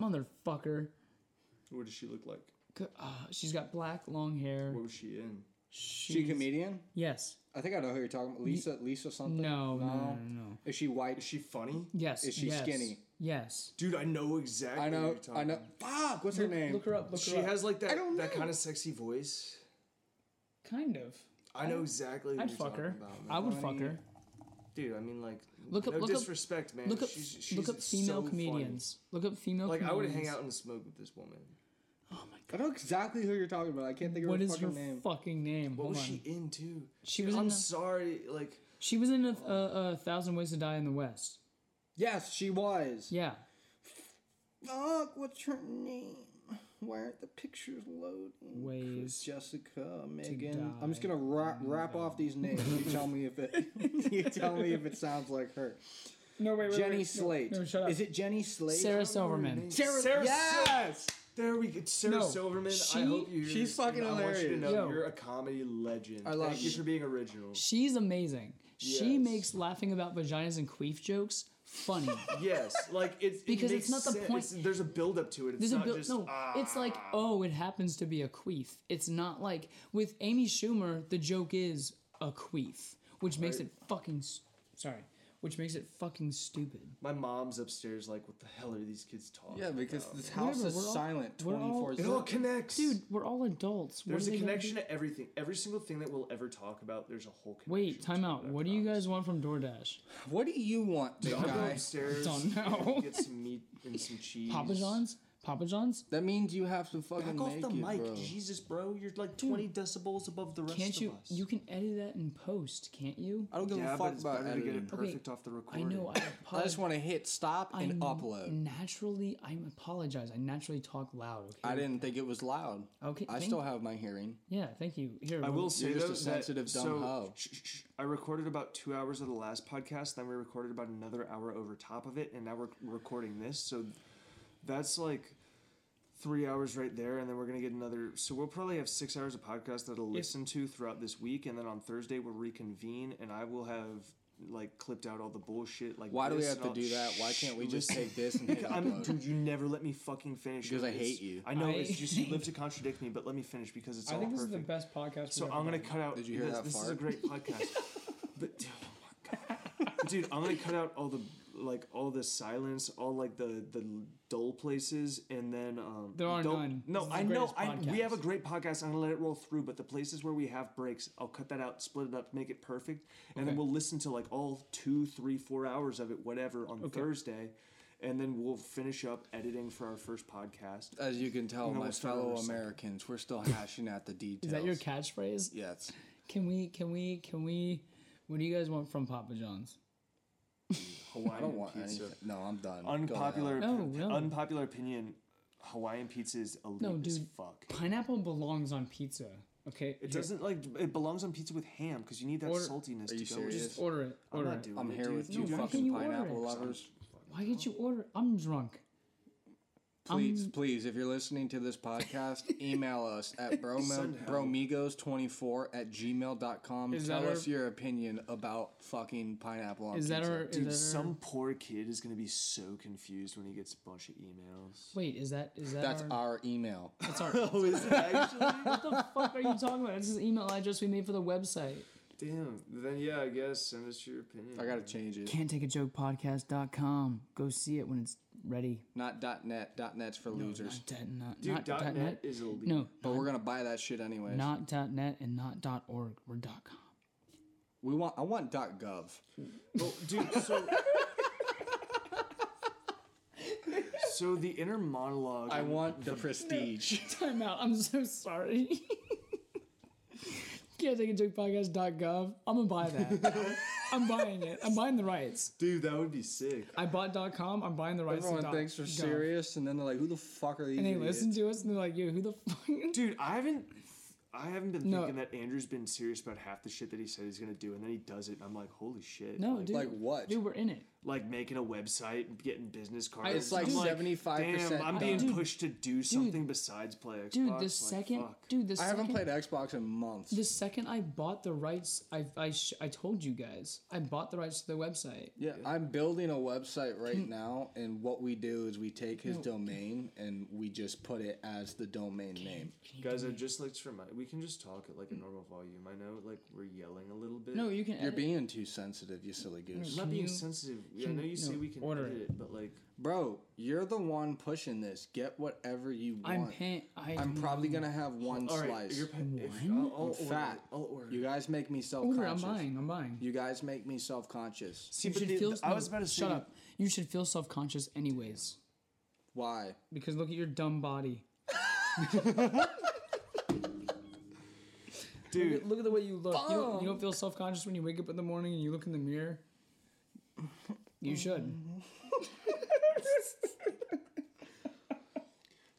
Speaker 1: motherfucker.
Speaker 2: what does she look like?
Speaker 1: C- Uh, she's got black long hair.
Speaker 2: was she in?
Speaker 3: She a
Speaker 1: She's-
Speaker 3: comedian?
Speaker 1: Yes.
Speaker 3: I think I know who you're talking about. Lisa, Lisa something.
Speaker 1: No, no, no, no, no.
Speaker 3: Is she white?
Speaker 2: Is she funny?
Speaker 1: Yes.
Speaker 3: Is she
Speaker 1: yes,
Speaker 3: skinny?
Speaker 1: Yes.
Speaker 2: Dude, I know exactly.
Speaker 3: I
Speaker 2: who
Speaker 3: know.
Speaker 2: you're talking
Speaker 3: I know. Fuck. What's her name?
Speaker 1: Look her up. Look
Speaker 2: She
Speaker 1: her up.
Speaker 2: has like that
Speaker 3: I don't
Speaker 2: that
Speaker 3: know.
Speaker 2: kind of sexy voice.
Speaker 1: Kind of.
Speaker 2: I know exactly. What
Speaker 1: I'd
Speaker 2: you're
Speaker 1: fuck
Speaker 2: talking
Speaker 1: her.
Speaker 2: About,
Speaker 1: I
Speaker 2: man.
Speaker 1: would
Speaker 3: Funny.
Speaker 1: fuck her.
Speaker 2: dude. I mean, like,
Speaker 1: Look up-
Speaker 2: no
Speaker 1: look up-
Speaker 2: disrespect, man.
Speaker 1: look up,
Speaker 2: she's, she's
Speaker 1: look up
Speaker 2: so
Speaker 1: female
Speaker 2: funny.
Speaker 1: comedians. Look up female.
Speaker 2: Like, I
Speaker 1: comedians.
Speaker 2: would hang out and smoke with this woman.
Speaker 1: Oh my
Speaker 3: I
Speaker 1: god!
Speaker 3: know exactly who you're talking about. I can't think of
Speaker 1: What
Speaker 3: her
Speaker 1: is
Speaker 3: fucking
Speaker 1: her
Speaker 3: name.
Speaker 1: fucking name?
Speaker 2: What
Speaker 1: Hold
Speaker 2: was
Speaker 1: on.
Speaker 2: she into?
Speaker 1: She
Speaker 2: Dude,
Speaker 1: was in
Speaker 2: I'm
Speaker 1: the-
Speaker 2: sorry. Like,
Speaker 1: She was in a, a, a Thousand Ways to Die in the West.
Speaker 3: yes, she was.
Speaker 1: Yeah.
Speaker 3: Fuck, what's her name? Why aren't the pictures loading?
Speaker 1: Ways
Speaker 3: Jessica, Megan.
Speaker 1: die
Speaker 3: I'm just gonna ra- wrap off these names. You tell me if it. you tell me if it sounds like her.
Speaker 1: No wait,
Speaker 3: Jenny Slate.
Speaker 1: no, shut up.
Speaker 3: Is it Jenny Slate?
Speaker 1: Sarah Silverman.
Speaker 3: Sarah.
Speaker 2: Sarah
Speaker 3: yes.
Speaker 2: there we go. Sarah
Speaker 1: No,
Speaker 2: Silverman. I
Speaker 1: she-
Speaker 2: hope you.
Speaker 3: she's fucking
Speaker 2: I want you to
Speaker 3: hilarious.
Speaker 2: know
Speaker 1: Yo.
Speaker 2: you're a comedy legend.
Speaker 3: I love
Speaker 2: Thank you
Speaker 3: you.
Speaker 2: for being original.
Speaker 1: She's amazing. She
Speaker 2: Yes.
Speaker 1: makes laughing about vaginas and queef jokes
Speaker 3: (laughs)
Speaker 1: funny.
Speaker 2: Yes, like it's it
Speaker 1: Because
Speaker 2: makes
Speaker 1: it's not the
Speaker 2: sense.
Speaker 1: point-
Speaker 2: It's- there's a build up to it. It's
Speaker 1: There's a
Speaker 2: not
Speaker 1: build.
Speaker 2: just
Speaker 1: no,
Speaker 3: ah.
Speaker 1: it's like oh, it happens to be a queef. It's not like with Amy Schumer, the joke is a queef, which makes it fucking. s- Sorry, which makes it fucking stupid.
Speaker 2: my mom's upstairs. Like, what the hell are these kids talking?
Speaker 3: Yeah, because
Speaker 2: about?
Speaker 3: this house
Speaker 1: Whatever,
Speaker 3: is
Speaker 1: we're all-
Speaker 3: silent
Speaker 1: we're all-
Speaker 3: 24
Speaker 2: it all
Speaker 3: 7.
Speaker 2: connects,
Speaker 1: Dude, we're all adults. What
Speaker 2: There's
Speaker 1: are
Speaker 2: a
Speaker 1: they gonna
Speaker 2: connection
Speaker 1: do?
Speaker 2: to everything. Every single thing that we'll ever talk about, there's a whole connection.
Speaker 1: Wait, time
Speaker 2: to
Speaker 1: out.
Speaker 2: it, I
Speaker 1: What do you
Speaker 2: promise.
Speaker 1: guys want from DoorDash?
Speaker 3: What do you want, big
Speaker 2: I'll go
Speaker 3: guy?
Speaker 2: upstairs.
Speaker 1: Don't know.
Speaker 2: and (laughs) Get some meat and some cheese.
Speaker 1: Papa John's? Papa John's?
Speaker 3: That means you have to fucking
Speaker 2: Back off
Speaker 3: make
Speaker 2: the
Speaker 3: it,
Speaker 2: mic,
Speaker 3: bro.
Speaker 2: Jesus, bro. You're like 20 decibels above the rest
Speaker 1: Can't
Speaker 2: of
Speaker 1: you?
Speaker 2: us.
Speaker 1: You can edit that in post, can't you?
Speaker 3: I don't give
Speaker 2: yeah,
Speaker 3: a
Speaker 2: but
Speaker 3: fuck
Speaker 2: it's
Speaker 3: about
Speaker 2: better to get
Speaker 3: editing.
Speaker 2: it perfect off the
Speaker 1: I
Speaker 2: recording.
Speaker 1: know. I,
Speaker 2: (coughs)
Speaker 3: I just want to hit stop and
Speaker 1: I'm
Speaker 3: upload.
Speaker 1: Naturally, I apologize. I naturally talk loud. Okay.
Speaker 3: I didn't think it was loud.
Speaker 1: Okay,
Speaker 3: I
Speaker 1: thank-
Speaker 3: still have my hearing.
Speaker 1: Yeah. Thank you. Here.
Speaker 2: I
Speaker 1: we'll-
Speaker 2: will say
Speaker 3: just a
Speaker 2: though,
Speaker 3: sensitive
Speaker 2: that,
Speaker 3: dumb
Speaker 2: so,
Speaker 3: hoe.
Speaker 2: Shh, shh, shh. I recorded about two hours of the last podcast, then we recorded about another hour over top of it, and now we're recording this. So that's like three hours right there, and then we're gonna get another. So we'll probably have six hours of podcast that I'll listen to throughout this week, and then on Thursday we'll reconvene, and I will have like clipped out all the bullshit. Like,
Speaker 3: Why do we
Speaker 2: this, Oh,
Speaker 3: have
Speaker 2: and
Speaker 3: to
Speaker 2: I'll-
Speaker 3: do that? Why can't we just take this and hit
Speaker 2: I'm,
Speaker 3: upload?
Speaker 2: dude, you never let me fucking finish.
Speaker 3: Because
Speaker 2: it.
Speaker 3: I
Speaker 2: It's-
Speaker 3: hate you.
Speaker 2: I know
Speaker 1: I
Speaker 2: it's just you
Speaker 1: (laughs)
Speaker 2: live
Speaker 1: think-
Speaker 2: to contradict me, but let me finish because it's
Speaker 1: I
Speaker 2: all
Speaker 1: think this
Speaker 2: perfect.
Speaker 1: is the best podcast.
Speaker 2: So I'm gonna cut out.
Speaker 3: Did you hear
Speaker 2: this,
Speaker 3: that
Speaker 2: This is a
Speaker 3: fart?
Speaker 2: great
Speaker 3: (laughs)
Speaker 2: podcast. but dude, oh my god, dude, I'm gonna cut out all the like all the silence, all like the the dull places, and then um.
Speaker 1: There are
Speaker 2: dull-
Speaker 1: none.
Speaker 2: No,
Speaker 1: This is
Speaker 2: I
Speaker 1: the
Speaker 2: know.
Speaker 1: greatest
Speaker 2: I we have a
Speaker 1: podcast.
Speaker 2: great podcast. I'm gonna let it roll through, but the places where we have breaks, I'll cut that out, split it up, make it perfect, and then
Speaker 1: Okay.
Speaker 2: we'll listen to like all two, three, four hours of it, whatever, on Thursday. And then we'll finish up editing for our first podcast.
Speaker 3: As you can tell,
Speaker 2: know,
Speaker 3: my
Speaker 2: we'll start
Speaker 3: fellow
Speaker 2: over second.
Speaker 3: Americans,
Speaker 1: (laughs)
Speaker 3: we're still hashing out the details.
Speaker 1: Is that your catchphrase?
Speaker 3: Yes.
Speaker 1: Can we? Can we? Can we? What do you guys want from Papa John's?
Speaker 2: Hawaiian
Speaker 3: I don't want
Speaker 2: pizza.
Speaker 3: anything. No, I'm done. Go
Speaker 2: Unpopular,
Speaker 1: No,
Speaker 2: opi-
Speaker 1: no.
Speaker 2: unpopular opinion. Hawaiian pizza is elite
Speaker 1: No,
Speaker 2: as
Speaker 1: dude.
Speaker 2: fuck.
Speaker 1: Pineapple belongs on pizza. Okay.
Speaker 2: It doesn't like it belongs on pizza with ham because you need that
Speaker 1: Order-
Speaker 2: saltiness
Speaker 3: Are you
Speaker 2: to go.
Speaker 3: serious?
Speaker 2: With.
Speaker 1: Just order it.
Speaker 2: I'm
Speaker 1: Order
Speaker 2: not
Speaker 1: it.
Speaker 2: doing
Speaker 3: hell. I'm
Speaker 2: it,
Speaker 3: here
Speaker 2: dude.
Speaker 3: with
Speaker 2: Dude,
Speaker 3: you,
Speaker 1: why
Speaker 2: I'm
Speaker 1: can't
Speaker 3: fucking
Speaker 1: you order
Speaker 3: pineapple
Speaker 1: it?
Speaker 3: lovers.
Speaker 1: Why did you order? I'm drunk. Um,
Speaker 3: Please, please, if you're listening to this
Speaker 1: (laughs)
Speaker 3: podcast, email us at brome- bromigos24 at gmail.com.
Speaker 1: Is
Speaker 3: Tell
Speaker 1: that our-
Speaker 3: us your opinion about fucking pineapple on
Speaker 1: Is that
Speaker 3: pizza.
Speaker 1: our? Is
Speaker 2: Dude,
Speaker 1: that
Speaker 2: some
Speaker 1: our?
Speaker 2: poor kid is gonna be so confused when he gets a bunch of
Speaker 3: (laughs)
Speaker 2: emails.
Speaker 1: Wait, is that? Is that?
Speaker 3: That's
Speaker 1: our, uh,
Speaker 3: our email.
Speaker 1: That's our. what
Speaker 2: Oh, is it actually?
Speaker 1: the fuck are you talking about? This is the email address we made for the website.
Speaker 2: (laughs) Damn. Then yeah, I guess send us your opinion.
Speaker 3: I gotta change it.
Speaker 1: Can't take a joke podcast.com. Go see it when it's ready.
Speaker 3: Not dot .net. Dot .net's for losers.
Speaker 1: Not dot, not,
Speaker 2: Dude,
Speaker 1: not
Speaker 2: dot
Speaker 1: dot
Speaker 2: net is elite.
Speaker 1: No,
Speaker 3: But we're gonna buy that shit anyways.
Speaker 1: not dot net and not dot org. We're dot com. (laughs)
Speaker 3: We want. I want dot .gov.
Speaker 2: Well, Oh,
Speaker 1: (laughs)
Speaker 2: dude, so. so the inner monologue.
Speaker 3: I want the prestige.
Speaker 1: Time out. I'm so sorry. (laughs) Can't take a joke podcast.gov. I'm gonna buy
Speaker 2: (laughs)
Speaker 1: that. I'm buying it. I'm buying the rights.
Speaker 2: Dude, that would be sick.
Speaker 1: I bought dot .com. I'm buying the rights. to
Speaker 3: Everyone
Speaker 1: dot
Speaker 3: thinks we're
Speaker 1: gov.
Speaker 3: serious, and then they're like, "Who the fuck are these?"
Speaker 1: And they
Speaker 3: idiots?
Speaker 1: listen to us and they're like, "Yo, who the
Speaker 2: (laughs)
Speaker 1: fuck?"
Speaker 2: Dude, I haven't. I haven't been
Speaker 1: No.
Speaker 2: thinking that Andrew's been serious about half the shit that he said he's gonna do, and then he does it, and I'm like, holy shit!
Speaker 1: No,
Speaker 2: like,
Speaker 1: dude.
Speaker 3: like what?
Speaker 1: Dude, we're in it.
Speaker 2: like making a website, and getting business cards.
Speaker 1: It's
Speaker 2: I'm
Speaker 1: like
Speaker 3: 75%
Speaker 2: Damn, I'm
Speaker 3: done.
Speaker 2: being
Speaker 1: Dude.
Speaker 2: pushed to do something besides play Xbox.
Speaker 1: Dude, the
Speaker 2: Like,
Speaker 1: second,
Speaker 2: fuck.
Speaker 1: dude, the
Speaker 3: I
Speaker 1: second,
Speaker 3: haven't played Xbox in months.
Speaker 1: the second I bought the rights, I I, sh- I told you guys, I bought the rights to the website.
Speaker 3: yeah, I'm building a website right now, and what we do is we take his domain and we just put it as the domain name.
Speaker 2: guys, I just like to remind we can just talk at like a normal volume. I know, like we're yelling a little bit.
Speaker 1: No, you can.
Speaker 3: You're
Speaker 1: edit.
Speaker 3: being too sensitive, you silly goose.
Speaker 2: I'm not being
Speaker 1: you-
Speaker 2: sensitive. Yeah, I
Speaker 1: Can-
Speaker 2: know you
Speaker 1: no,
Speaker 2: say we can
Speaker 1: order
Speaker 2: edit
Speaker 1: it.
Speaker 2: it, but like,
Speaker 3: Bro, you're the one pushing this. Get whatever you want.
Speaker 1: I'm paying. I
Speaker 3: I'm
Speaker 1: don't
Speaker 3: probably gonna have one
Speaker 2: all right,
Speaker 3: slice.
Speaker 2: you're pe- if,
Speaker 1: One?
Speaker 2: I'll, I'll
Speaker 3: I'm
Speaker 2: order.
Speaker 3: fat.
Speaker 2: it, I'll order.
Speaker 3: You guys make me self
Speaker 1: order. Oh, I'm
Speaker 3: conscious.
Speaker 1: buying. I'm buying.
Speaker 3: You guys make me self conscious.
Speaker 2: See,
Speaker 1: you
Speaker 2: but
Speaker 1: should
Speaker 2: the-
Speaker 1: feel.
Speaker 2: I
Speaker 1: no,
Speaker 2: was about to say,
Speaker 1: shut up. You should feel self conscious anyways,
Speaker 3: Why?
Speaker 1: because look at your dumb (laughs) body.
Speaker 2: dude.
Speaker 1: Look, look at the way you look. You don't, you don't feel self conscious when you wake up in the morning and you look in the mirror. You should.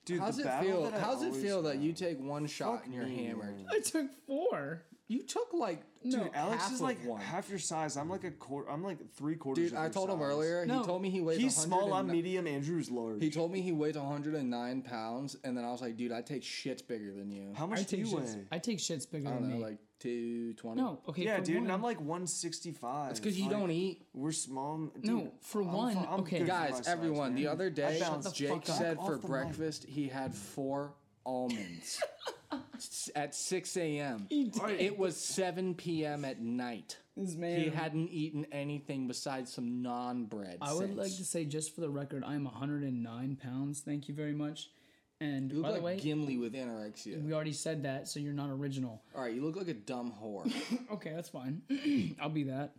Speaker 2: Dude,
Speaker 3: How's
Speaker 2: the
Speaker 3: it
Speaker 2: battle
Speaker 3: feel?
Speaker 2: That I
Speaker 3: How's it
Speaker 2: always-
Speaker 3: feel that you take one shot and you're
Speaker 2: me,
Speaker 3: hammered?
Speaker 1: I took four.
Speaker 3: You took like
Speaker 1: No.
Speaker 3: dude,
Speaker 2: Alex
Speaker 3: half
Speaker 2: is like
Speaker 3: of one.
Speaker 2: half your size. I'm like a quarter. I'm like three quarters.
Speaker 3: Dude,
Speaker 2: of
Speaker 3: I
Speaker 2: your
Speaker 3: told him
Speaker 2: size.
Speaker 3: earlier.
Speaker 1: No.
Speaker 3: He told me he weighs.
Speaker 2: He's small. I'm
Speaker 3: 109
Speaker 2: medium. Andrew's large.
Speaker 3: He told me he weighs 109 pounds, and then I was like, dude, I take shits bigger than you.
Speaker 2: How
Speaker 1: I
Speaker 2: much do
Speaker 1: take
Speaker 2: you
Speaker 1: shits.
Speaker 2: weigh?
Speaker 1: I take shits bigger
Speaker 3: I
Speaker 1: than
Speaker 3: don't know,
Speaker 1: me.
Speaker 3: like 220.
Speaker 1: no, okay.
Speaker 2: Yeah,
Speaker 1: for
Speaker 2: dude,
Speaker 1: one,
Speaker 2: and I'm like 165.
Speaker 3: it's because you
Speaker 2: Like,
Speaker 3: don't eat.
Speaker 2: We're small. m- Dude,
Speaker 1: No, for
Speaker 2: I'm
Speaker 1: one-
Speaker 2: fu- I'm
Speaker 1: okay.
Speaker 2: good for
Speaker 3: Guys,
Speaker 2: my size,
Speaker 3: everyone, the
Speaker 2: man.
Speaker 3: other
Speaker 2: I
Speaker 3: day,
Speaker 2: bounced
Speaker 3: Jake
Speaker 2: fuck up.
Speaker 3: said
Speaker 2: Off
Speaker 3: for
Speaker 2: the mic.
Speaker 3: breakfast he had four
Speaker 1: (laughs)
Speaker 3: almonds S- at 6 a.m. It was 7 p.m. at night.
Speaker 1: This man.
Speaker 3: He hadn't eaten anything besides some non bread.
Speaker 1: I would like to say, just for the record, I'm 109 pounds. Thank you very much. And
Speaker 3: You
Speaker 1: by
Speaker 3: look
Speaker 1: the
Speaker 3: like
Speaker 1: way,
Speaker 3: Gimli with anorexia.
Speaker 1: we already said that, so you're not original.
Speaker 3: All right, you look like a dumb
Speaker 1: (laughs)
Speaker 3: whore.
Speaker 1: Okay, that's fine. (clears throat) I'll be that.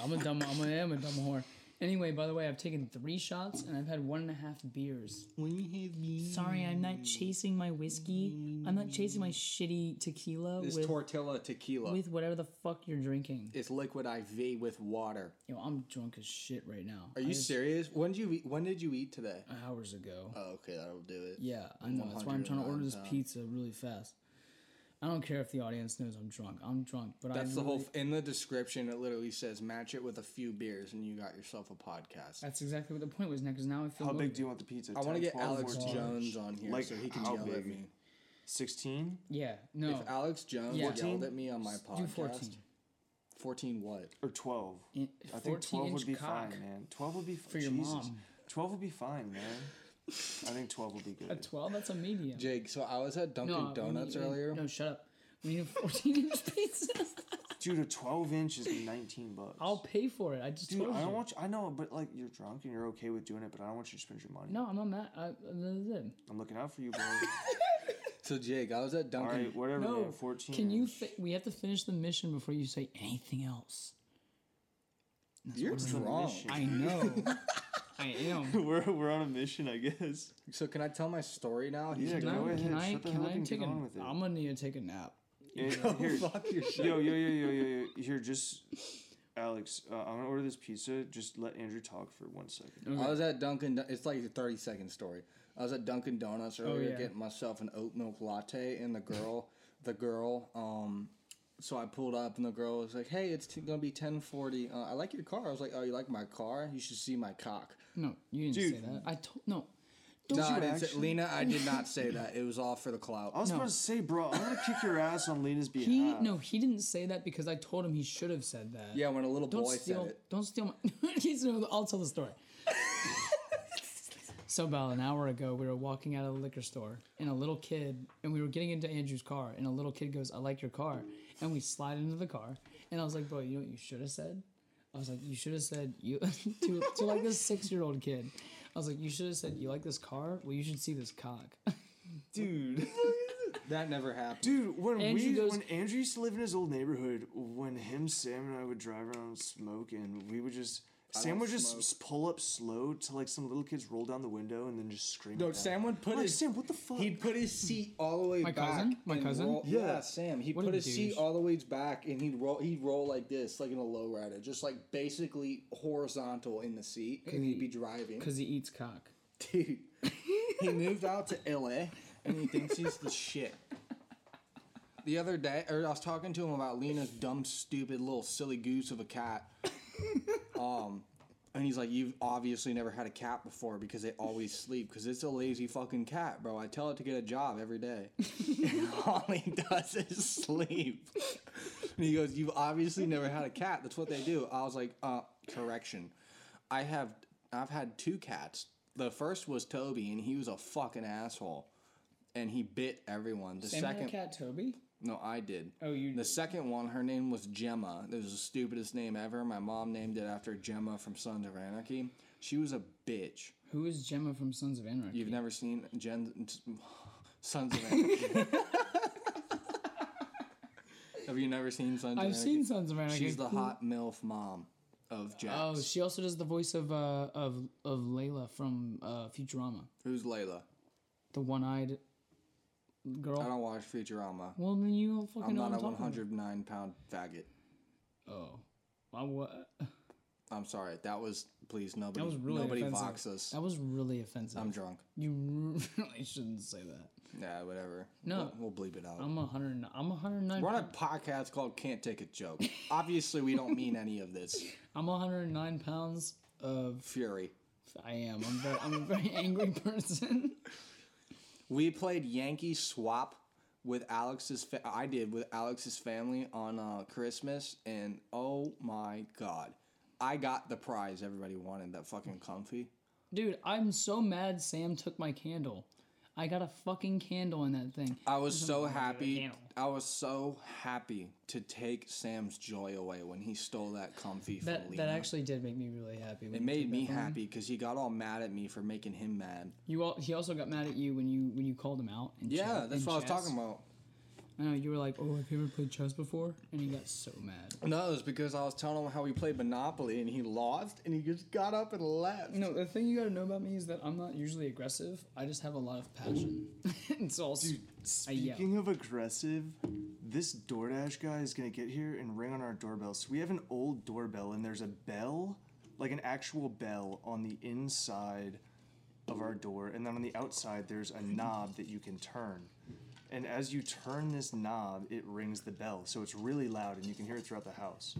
Speaker 1: I'm a dumb. I'm a, I'm a dumb whore. Anyway, by the way, I've taken three shots and I've had one and a half beers.
Speaker 3: when you have me.
Speaker 1: Sorry, I'm not chasing my whiskey. I'm not chasing my shitty tequila
Speaker 3: This
Speaker 1: with
Speaker 3: tortilla tequila.
Speaker 1: with whatever the fuck you're drinking.
Speaker 3: it's liquid IV with water.
Speaker 1: Yo, I'm drunk as shit right now.
Speaker 3: Are you serious? When did you eat, when did you eat today?
Speaker 1: Hours
Speaker 2: Uh,
Speaker 1: ago.
Speaker 3: Oh, okay, that'll do it.
Speaker 1: Yeah, I know. That's why I'm trying to order this pizza really fast. I don't care if the audience knows I'm drunk. I'm drunk, but
Speaker 3: That's
Speaker 1: I
Speaker 3: the
Speaker 1: really,
Speaker 3: whole. F- in the description, it literally says match it with a few beers, and you got yourself a podcast.
Speaker 1: That's exactly what the point was. Now, because now I feel
Speaker 2: How big
Speaker 1: motivated.
Speaker 2: do you want the pizza?
Speaker 3: I want to
Speaker 2: 10,
Speaker 3: get
Speaker 2: 12,
Speaker 3: Alex
Speaker 2: 14?
Speaker 3: Jones on here
Speaker 2: Like,
Speaker 3: so he can
Speaker 2: how
Speaker 3: yell
Speaker 2: big?
Speaker 3: at me.
Speaker 2: 16?
Speaker 1: Yeah, no,
Speaker 3: If Alex Jones
Speaker 1: Oh. Yeah.
Speaker 3: yelled at me on my podcast,
Speaker 1: do 14.
Speaker 3: 14 what?
Speaker 2: Or 12?
Speaker 1: In-
Speaker 2: I
Speaker 1: 14
Speaker 2: think 12
Speaker 1: inch
Speaker 2: would be
Speaker 1: cock.
Speaker 2: fine, man. 12 would be f-
Speaker 1: For your
Speaker 2: Jesus.
Speaker 1: mom.
Speaker 2: 12 would be fine, man. I think 12 would be
Speaker 1: (laughs) A
Speaker 2: good.
Speaker 1: twelve? That's a medium.
Speaker 3: Jake, so I was at Dunkin'
Speaker 1: no, we
Speaker 3: Donuts
Speaker 1: need-
Speaker 3: earlier.
Speaker 1: No, shut up. We need a
Speaker 2: (laughs)
Speaker 1: fourteen-inch pizza.
Speaker 2: Dude, a 12 inch is 19 bucks.
Speaker 1: I'll pay for it. I just
Speaker 2: Dude,
Speaker 1: told
Speaker 2: I
Speaker 1: you.
Speaker 2: don't want you. I know, but like you're drunk and you're okay with doing it, but I don't want you to spend your money.
Speaker 1: no, I'm not mad. I, this is it.
Speaker 2: I'm looking out for you, bro.
Speaker 3: So Jake, I was at
Speaker 2: All
Speaker 3: Dunkin'. (laughs)
Speaker 2: right, whatever.
Speaker 1: No,
Speaker 2: man, 14.
Speaker 1: Can you?
Speaker 2: inch.
Speaker 1: Fi- we have to finish the mission before you say anything else.
Speaker 3: You're
Speaker 2: We're on a
Speaker 3: drunk.
Speaker 2: mission.
Speaker 1: I know.
Speaker 2: (laughs)
Speaker 1: I am.
Speaker 2: we're we're on a mission, I guess.
Speaker 3: So can I tell my story now? (laughs)
Speaker 2: Yeah,
Speaker 1: Can
Speaker 2: go
Speaker 1: I?
Speaker 2: ahead.
Speaker 1: Can I?
Speaker 2: Shut the hell
Speaker 1: Can
Speaker 2: up
Speaker 1: I
Speaker 2: and
Speaker 1: take
Speaker 2: get
Speaker 1: a?
Speaker 2: on with it.
Speaker 1: I'm gonna need to take a nap.
Speaker 2: Yeah, here,
Speaker 3: Fuck your
Speaker 2: (laughs)
Speaker 3: shit.
Speaker 2: yo, yo, yo, yo, yo, yo. Here, just Alex. Uh, I'm gonna order this pizza. Just let Andrew talk for one second.
Speaker 3: I was at Dunkin'. Do- It's like a thirty second story. I was at Dunkin' Donuts earlier
Speaker 1: yeah.
Speaker 3: getting myself an oat milk latte, and
Speaker 2: (laughs)
Speaker 3: the girl, the girl, um, so I pulled up, and the girl was like, "Hey, it's t- gonna be ten forty. Uh, I like your car." I was like, "Oh, you like my car? You should see my cock."
Speaker 1: No, you didn't say
Speaker 2: Dude.
Speaker 1: that. I told no. Don't
Speaker 3: No, I
Speaker 1: you
Speaker 3: didn't say,
Speaker 2: actually? Oh.
Speaker 3: Lena, I did
Speaker 2: (laughs)
Speaker 3: not say that. It was all for the
Speaker 2: I
Speaker 3: clout.
Speaker 2: was about to say, bro, I'm gonna kick your ass on Lena's behalf.
Speaker 1: He no, he didn't say that because I told him he should have said that.
Speaker 3: Yeah, when a little
Speaker 1: Don't
Speaker 3: boy
Speaker 1: steal.
Speaker 3: said it.
Speaker 1: Don't steal my. (laughs) He's- no, I'll tell the
Speaker 3: (laughs)
Speaker 1: story. so about an hour ago, we were walking out of the liquor store, and a little kid, and we were getting into Andrew's car, and a little kid goes, "I like your car," and we slide into the car, and I was like, "Bro, you know what you should have said." I was like, "You should have said you (laughs) to, to like this six year old kid." I was like, "You should have said you like this car. Well, you should see this cock." (laughs)
Speaker 2: dude.
Speaker 3: (laughs) That never happened.
Speaker 2: Dude, when
Speaker 1: Andrew
Speaker 2: we
Speaker 1: goes-
Speaker 2: when Andrew used to live in his old neighborhood, when him, Sam, and I would drive around smoking, we would just Sam
Speaker 3: don't
Speaker 2: would just s- pull up slow till like some little kids roll down the window and then just scream.
Speaker 3: No,
Speaker 2: at them.
Speaker 3: Sam would put
Speaker 2: I'm like,
Speaker 3: his-
Speaker 2: Sam, what the fuck?
Speaker 3: He'd put his seat all the way
Speaker 1: My
Speaker 3: back.
Speaker 1: cousin? My
Speaker 3: and
Speaker 1: cousin?
Speaker 3: roll-
Speaker 2: Yeah.
Speaker 3: yeah. Sam. He'd
Speaker 1: What a
Speaker 3: put his seat
Speaker 1: douche.
Speaker 3: all the way back, and he'd roll. He'd roll like this, like in a lowrider, just like basically horizontal in the seat, because he'd be driving.
Speaker 1: Because he eats cock.
Speaker 3: (laughs) Dude, he moved out to L.A. and he thinks he's the shit. The other day, or I was talking to him about Lena's dumb, stupid, little silly goose of a cat. Um. And he's like, you've obviously never had a cat before because they always sleep because it's a lazy fucking cat, bro. I tell it to get a job every day. and all he does is sleep. And he goes, you've obviously never had a cat. That's what they do. I was like, uh, correction. I have, I've had two cats. The first was Toby, and he was a fucking asshole, and he bit everyone. The
Speaker 1: Sam had a
Speaker 3: second,
Speaker 1: cat, Toby.
Speaker 3: No, I did.
Speaker 1: Oh, you
Speaker 3: The second one, her name was Gemma. It was the stupidest name ever. My mom named it after Gemma from Sons of Anarchy. She was a bitch.
Speaker 1: Who is Gemma from Sons of Anarchy?
Speaker 3: You've never seen Gen (laughs) Sons
Speaker 1: (laughs)
Speaker 3: of Anarchy. Have you never seen Sons of
Speaker 1: I've
Speaker 3: Anarchy?
Speaker 1: seen Sons of Anarchy.
Speaker 3: She's the hot MILF mom of Jax.
Speaker 1: Oh, she also does the voice of uh of of Layla from uh Futurama,
Speaker 3: Who's Layla?
Speaker 1: the one-eyed
Speaker 3: I
Speaker 1: girl.
Speaker 3: don't watch Futurama.
Speaker 1: Oh. Well, then you don't fucking
Speaker 3: Um, I'm
Speaker 1: know
Speaker 3: not
Speaker 1: what
Speaker 3: a
Speaker 1: I'm talking
Speaker 3: 109 pound faggot.
Speaker 1: about. Oh, well, what?
Speaker 3: I'm sorry. That was please nobody.
Speaker 1: That was really
Speaker 3: nobody
Speaker 1: offensive.
Speaker 3: box us.
Speaker 1: (laughs) That was really offensive.
Speaker 3: I'm drunk.
Speaker 1: you (laughs) really shouldn't say that.
Speaker 3: Yeah, whatever.
Speaker 1: No.
Speaker 3: we'll, we'll bleep it out.
Speaker 1: I'm a hundred. and- I'm a hundred and nine.
Speaker 3: We're on a podcast called "Can't Take a Joke." Obviously, we don't mean any
Speaker 1: (laughs)
Speaker 3: of this.
Speaker 1: I'm a hundred and nine pounds of.
Speaker 3: Fury.
Speaker 1: I am. I'm very. I'm a very (laughs) angry person.
Speaker 3: We played Yankee Swap with Alex's. Fa- I did with Alex's family on uh, Christmas, and oh my god, I got the prize everybody wanted. That fucking comfy.
Speaker 1: Dude, I'm so mad Sam took my candle. I got a fucking candle in that thing.
Speaker 3: I was so happy.
Speaker 1: candle.
Speaker 3: I was so happy to take Sam's joy away when he stole that comfy from
Speaker 1: That
Speaker 3: Lena.
Speaker 1: that actually did make me really happy.
Speaker 3: it made me happy because he got all mad at me for making him mad.
Speaker 1: You all, he also got mad at you when you when you called him out. In
Speaker 3: Yeah,
Speaker 1: chat-
Speaker 3: that's
Speaker 1: in
Speaker 3: what I
Speaker 1: chess.
Speaker 3: was talking about.
Speaker 1: I know you were like, "Oh, have you ever played chess before?" And he got so mad.
Speaker 3: No, it was because I was telling him how we played Monopoly and he lost and he just got up and left.
Speaker 1: No, the thing you gotta know about me is that I'm not usually aggressive. I just have a lot of passion, (laughs) and so I'll,
Speaker 2: Dude,
Speaker 1: yell.
Speaker 2: speaking of aggressive, this DoorDash guy is gonna get here and ring on our doorbell. So we have an old doorbell, and there's a bell, like an actual bell, on the inside of our door, and then on the outside there's a knob that you can turn. And as you turn this knob, it rings the bell. So it's really loud, and you can hear it throughout the house.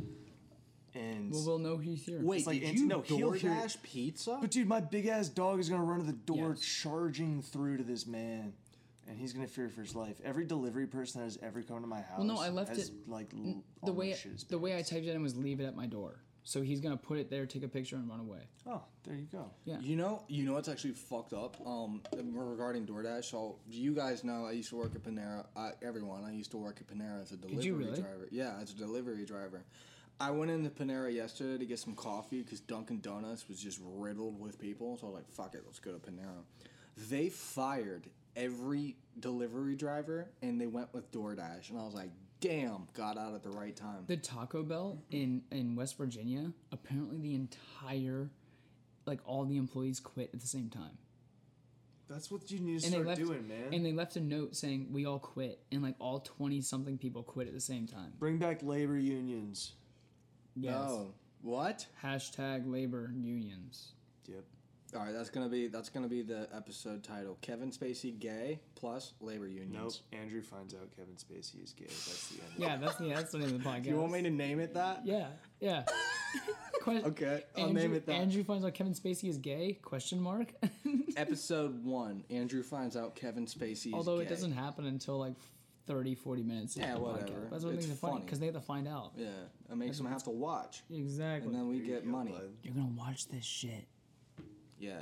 Speaker 2: And
Speaker 1: well, we'll know he's here.
Speaker 3: Wait,
Speaker 2: It's like
Speaker 3: did
Speaker 2: anti-
Speaker 3: you
Speaker 2: no, he'll hear it.
Speaker 3: DoorDash pizza?
Speaker 2: But dude, my big ass dog is gonna run to the door,
Speaker 1: Yes.
Speaker 2: charging through to this man, and he's gonna fear for his life. Every delivery person that has ever come to my house,
Speaker 1: no, I left
Speaker 2: has,
Speaker 1: it-
Speaker 2: like
Speaker 1: the way the way I typed it in was "leave it at my door." So he's gonna put it there, take a picture, and run away.
Speaker 2: Oh, there you go.
Speaker 3: You know, you know what's actually fucked up. Um, regarding DoorDash, so you guys know I used to work at Panera. I, everyone, I used to work at Panera as a delivery
Speaker 1: you really?
Speaker 3: driver. Yeah, as a delivery driver. I went into Panera yesterday to get some coffee because Dunkin' Donuts was just riddled with people. So I was like, "Fuck it, let's go to Panera." They fired every delivery driver and they went with DoorDash, and I was like, "Damn, got out at the right time."
Speaker 1: The Taco Bell in in West Virginia, apparently the entire, like all the employees quit at the same time.
Speaker 2: That's what you need to
Speaker 1: And they
Speaker 2: start
Speaker 1: left,
Speaker 2: doing, man.
Speaker 1: and they left a note saying we all quit, and like all twenty something people quit at the same time.
Speaker 2: Bring back labor unions.
Speaker 1: Yes.
Speaker 3: No, Oh, what?
Speaker 1: Hashtag labor unions.
Speaker 2: Yep.
Speaker 3: All right, that's gonna be that's gonna be the episode title. Kevin Spacey gay plus labor unions.
Speaker 2: Nope. Andrew finds out Kevin Spacey is gay. That's the end.
Speaker 1: (laughs) Yeah, that's the that's the name of the podcast.
Speaker 3: (laughs) You want me to name it that?
Speaker 1: Yeah,
Speaker 3: (laughs)
Speaker 1: yeah. Question.
Speaker 3: Okay, I'll name it that.
Speaker 1: Andrew finds out Kevin Spacey is gay? Question mark. (laughs)
Speaker 3: episode one. Andrew finds out Kevin Spacey. Is
Speaker 1: Although
Speaker 3: gay.
Speaker 1: it doesn't happen until like 30, 40 minutes. into
Speaker 3: Yeah,
Speaker 1: the
Speaker 3: whatever.
Speaker 1: That's what makes
Speaker 3: It's
Speaker 1: it funny
Speaker 3: funny.
Speaker 1: because they have to find out.
Speaker 3: Yeah, it makes them have to watch,
Speaker 1: Exactly.
Speaker 3: and then we get
Speaker 2: Yo,
Speaker 3: money.
Speaker 2: bud.
Speaker 1: You're gonna watch this shit.
Speaker 3: Yeah.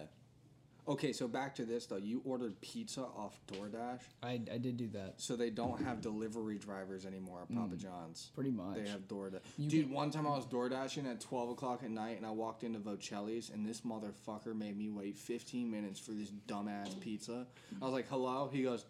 Speaker 3: Okay, so back to this though. You ordered pizza off DoorDash,
Speaker 1: I, I did do that
Speaker 3: so they don't have delivery drivers anymore at
Speaker 1: Hmm.
Speaker 3: Papa John's.
Speaker 1: pretty much.
Speaker 3: They have DoorDash. Dude, one time I was DoorDashing at 12 o'clock at night and I walked into Vocelli's and this motherfucker made me wait 15 minutes for this dumbass pizza. I was like, hello? He goes,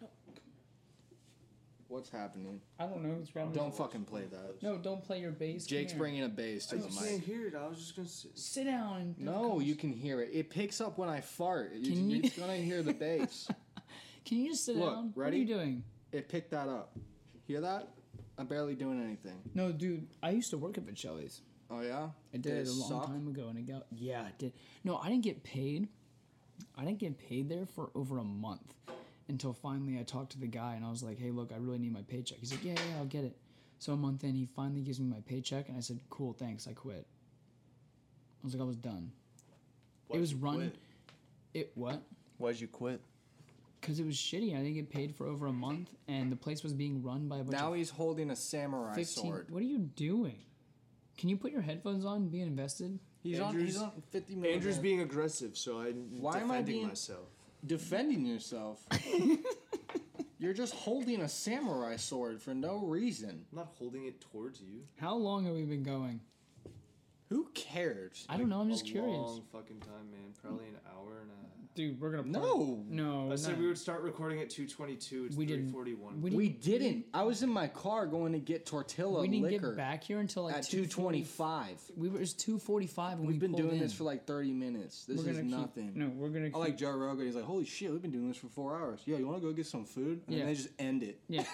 Speaker 3: what's happening?
Speaker 1: I don't know. It's probably
Speaker 3: Don't fucking play that.
Speaker 1: No, don't play your bass. Come
Speaker 3: Jake's
Speaker 1: here.
Speaker 3: bringing a bass
Speaker 2: I
Speaker 3: to the
Speaker 2: can't
Speaker 3: mic.
Speaker 2: hear it. I was just gonna sit.
Speaker 1: Sit down. And
Speaker 3: No, you can hear it. It picks up when I fart. You,
Speaker 1: Can you-
Speaker 3: It's gonna hear
Speaker 1: (laughs)
Speaker 3: the bass.
Speaker 1: Can you just sit
Speaker 3: Look,
Speaker 1: down?
Speaker 3: ready?
Speaker 1: What are you doing?
Speaker 3: It picked that up. Hear that? I'm barely doing anything.
Speaker 1: No, dude. I used to work at Vicelli's.
Speaker 3: Oh yeah?
Speaker 1: I did it a long
Speaker 3: suck?
Speaker 1: time ago, and it got yeah, it did. No, I didn't get paid. I didn't get paid there for over a month until finally I talked to the guy and I was like, "Hey, look, I really need my paycheck." He's like, "Yeah, yeah, I'll get it." So a month in, he finally gives me my paycheck, and I said, "Cool, thanks, I quit." I was like, I was done.
Speaker 2: Why'd
Speaker 1: was
Speaker 2: you
Speaker 1: run-
Speaker 2: quit?
Speaker 1: It what?
Speaker 2: Why'd you quit?
Speaker 1: Because it was shitty. I didn't get paid for over a month, and the place was being run by a bunch
Speaker 3: Now
Speaker 1: of
Speaker 3: he's holding a samurai
Speaker 1: fifteen.
Speaker 3: sword.
Speaker 1: What are you doing? Can you put your headphones on and be invested?
Speaker 3: He's on,
Speaker 2: Andrew's-
Speaker 3: he's on 50 million.
Speaker 2: Andrew's
Speaker 3: (laughs)
Speaker 2: being aggressive, so I'm
Speaker 3: Why am I
Speaker 2: defending
Speaker 3: being-
Speaker 2: myself.
Speaker 3: defending yourself. (laughs) You're just holding a samurai sword for no reason.
Speaker 2: I'm not holding it towards you.
Speaker 1: How long have we been going?
Speaker 3: Who cares?
Speaker 1: I don't know. I'm just
Speaker 2: a
Speaker 1: curious.
Speaker 2: Long fucking time, man. Probably an hour and a.
Speaker 1: Dude, we're gonna part.
Speaker 3: No.
Speaker 1: no.
Speaker 2: I
Speaker 1: not-
Speaker 2: said we would start recording at 2:22. It's
Speaker 1: We didn't-
Speaker 2: 3:41.
Speaker 1: we didn't,
Speaker 3: We didn't. I was in my car going to get tortilla
Speaker 1: we didn't
Speaker 3: liquor
Speaker 1: get back here until like
Speaker 3: at
Speaker 1: 2:40.
Speaker 3: 2:25.
Speaker 1: We were it was 2:45 when we
Speaker 3: We've been
Speaker 1: pulled
Speaker 3: doing
Speaker 1: in.
Speaker 3: this for like 30 minutes. This
Speaker 1: we're
Speaker 3: is
Speaker 1: gonna keep-
Speaker 3: nothing.
Speaker 1: No, we're gonna. Keep,
Speaker 3: I like Joe Rogan. He's like, "Holy shit, we've been doing this for four hours. Yeah, you want to go get some food?" And
Speaker 1: Yeah.
Speaker 3: then they just end it.
Speaker 1: Yeah.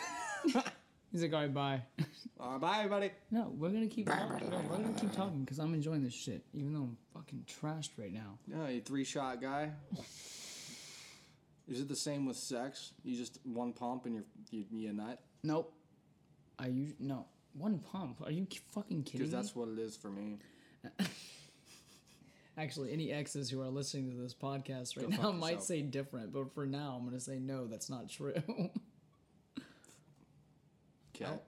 Speaker 1: He's like, all right, bye.
Speaker 3: (laughs)
Speaker 1: (laughs)
Speaker 3: All right, bye, everybody.
Speaker 1: No, we're gonna keep. talking. No, we're gonna keep talking because I'm enjoying this shit, even though I'm fucking trashed right now.
Speaker 3: Yeah, you three shot guy. Is it the same with sex? You just one pump and you're you, you nut?
Speaker 1: Nope. I use no one pump. Are you k- fucking kidding
Speaker 3: Because that's what it is for me.
Speaker 1: me? Actually, any exes who are listening to this podcast right
Speaker 3: Go fuck
Speaker 1: now might
Speaker 3: yourself.
Speaker 1: say different, but for now, I'm gonna say no. That's not true. (laughs) Oh.
Speaker 3: Kill.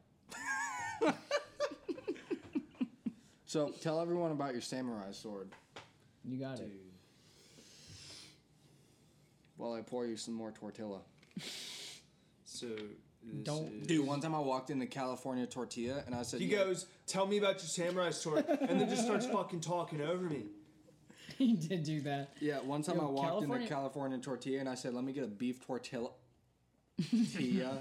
Speaker 3: (laughs) so tell everyone about your samurai sword
Speaker 1: you got it.
Speaker 2: Dude.
Speaker 3: while I pour you some more tortilla.
Speaker 2: So this
Speaker 1: Don't
Speaker 2: is-
Speaker 3: Dude, one time I walked into California Tortilla and I said,
Speaker 2: He
Speaker 3: "Yeah."
Speaker 2: goes, "Tell me about your samurai sword," and then just
Speaker 1: (laughs)
Speaker 2: starts fucking talking over me.
Speaker 1: (laughs) he did do that.
Speaker 3: Yeah, one time
Speaker 1: Yo,
Speaker 3: I walked
Speaker 1: California-
Speaker 3: into California Tortilla and I said, "Let me get a
Speaker 1: (laughs)
Speaker 3: beef tortilla." Tia.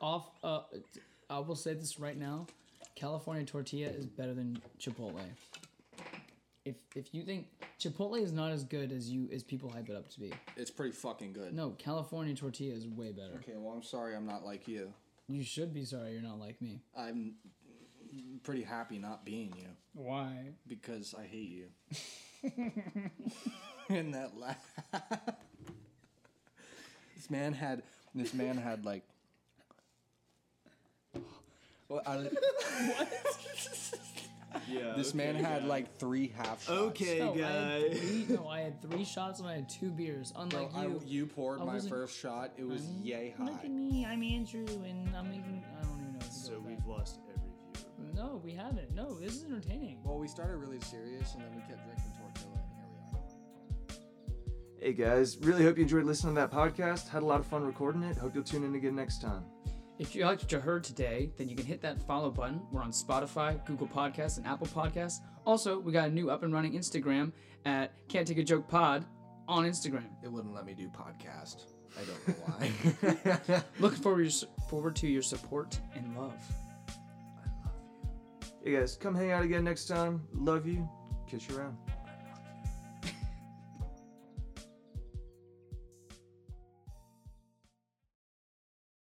Speaker 1: Off. Uh, t- I will say this right now: California tortilla is better than Chipotle. If if you think Chipotle is not as good as you as people hype it up to be,
Speaker 3: It's pretty fucking good.
Speaker 1: no, California tortilla is way better.
Speaker 3: Okay, well, I'm sorry I'm not like you.
Speaker 1: You should be sorry you're not like me.
Speaker 3: I'm pretty happy not being you
Speaker 1: Why?
Speaker 3: because I hate you.
Speaker 1: (laughs)
Speaker 3: and that laugh. this man had this man had like well, I,
Speaker 2: Yeah.
Speaker 3: this man
Speaker 2: okay,
Speaker 3: had
Speaker 2: guy.
Speaker 3: like three half shots.
Speaker 2: Okay,
Speaker 1: No, Oh, I
Speaker 2: guy.
Speaker 1: had three, no, I had three shots and I had two beers. Unlike
Speaker 3: Bro, I-
Speaker 1: you.
Speaker 3: you poured
Speaker 1: I
Speaker 3: my
Speaker 1: wasn't-
Speaker 3: first shot. It was yay high.
Speaker 1: Look at me, I'm Andrew, and I'm making. I don't even know. What to
Speaker 2: So
Speaker 1: do with
Speaker 2: we've lost every viewer.
Speaker 1: that. No, we haven't. No, this is entertaining.
Speaker 3: Well, we started really serious, and then we kept drinking tortilla, and here we are.
Speaker 2: Hey guys, really hope you enjoyed listening to that podcast. Had a lot of fun recording it. Hope you'll tune in again next time.
Speaker 1: If you liked what you heard today, then you can hit that follow button. We're on Spotify, Google Podcasts, and Apple Podcasts. Also, we got a new up and running Instagram at Can't Take a Joke Pod on Instagram.
Speaker 3: It wouldn't let me do podcast. I (laughs) don't know why.
Speaker 1: Looking forward to your, forward to your support and love.
Speaker 2: Hey guys, come hang out again next time. Love you. Kiss you around.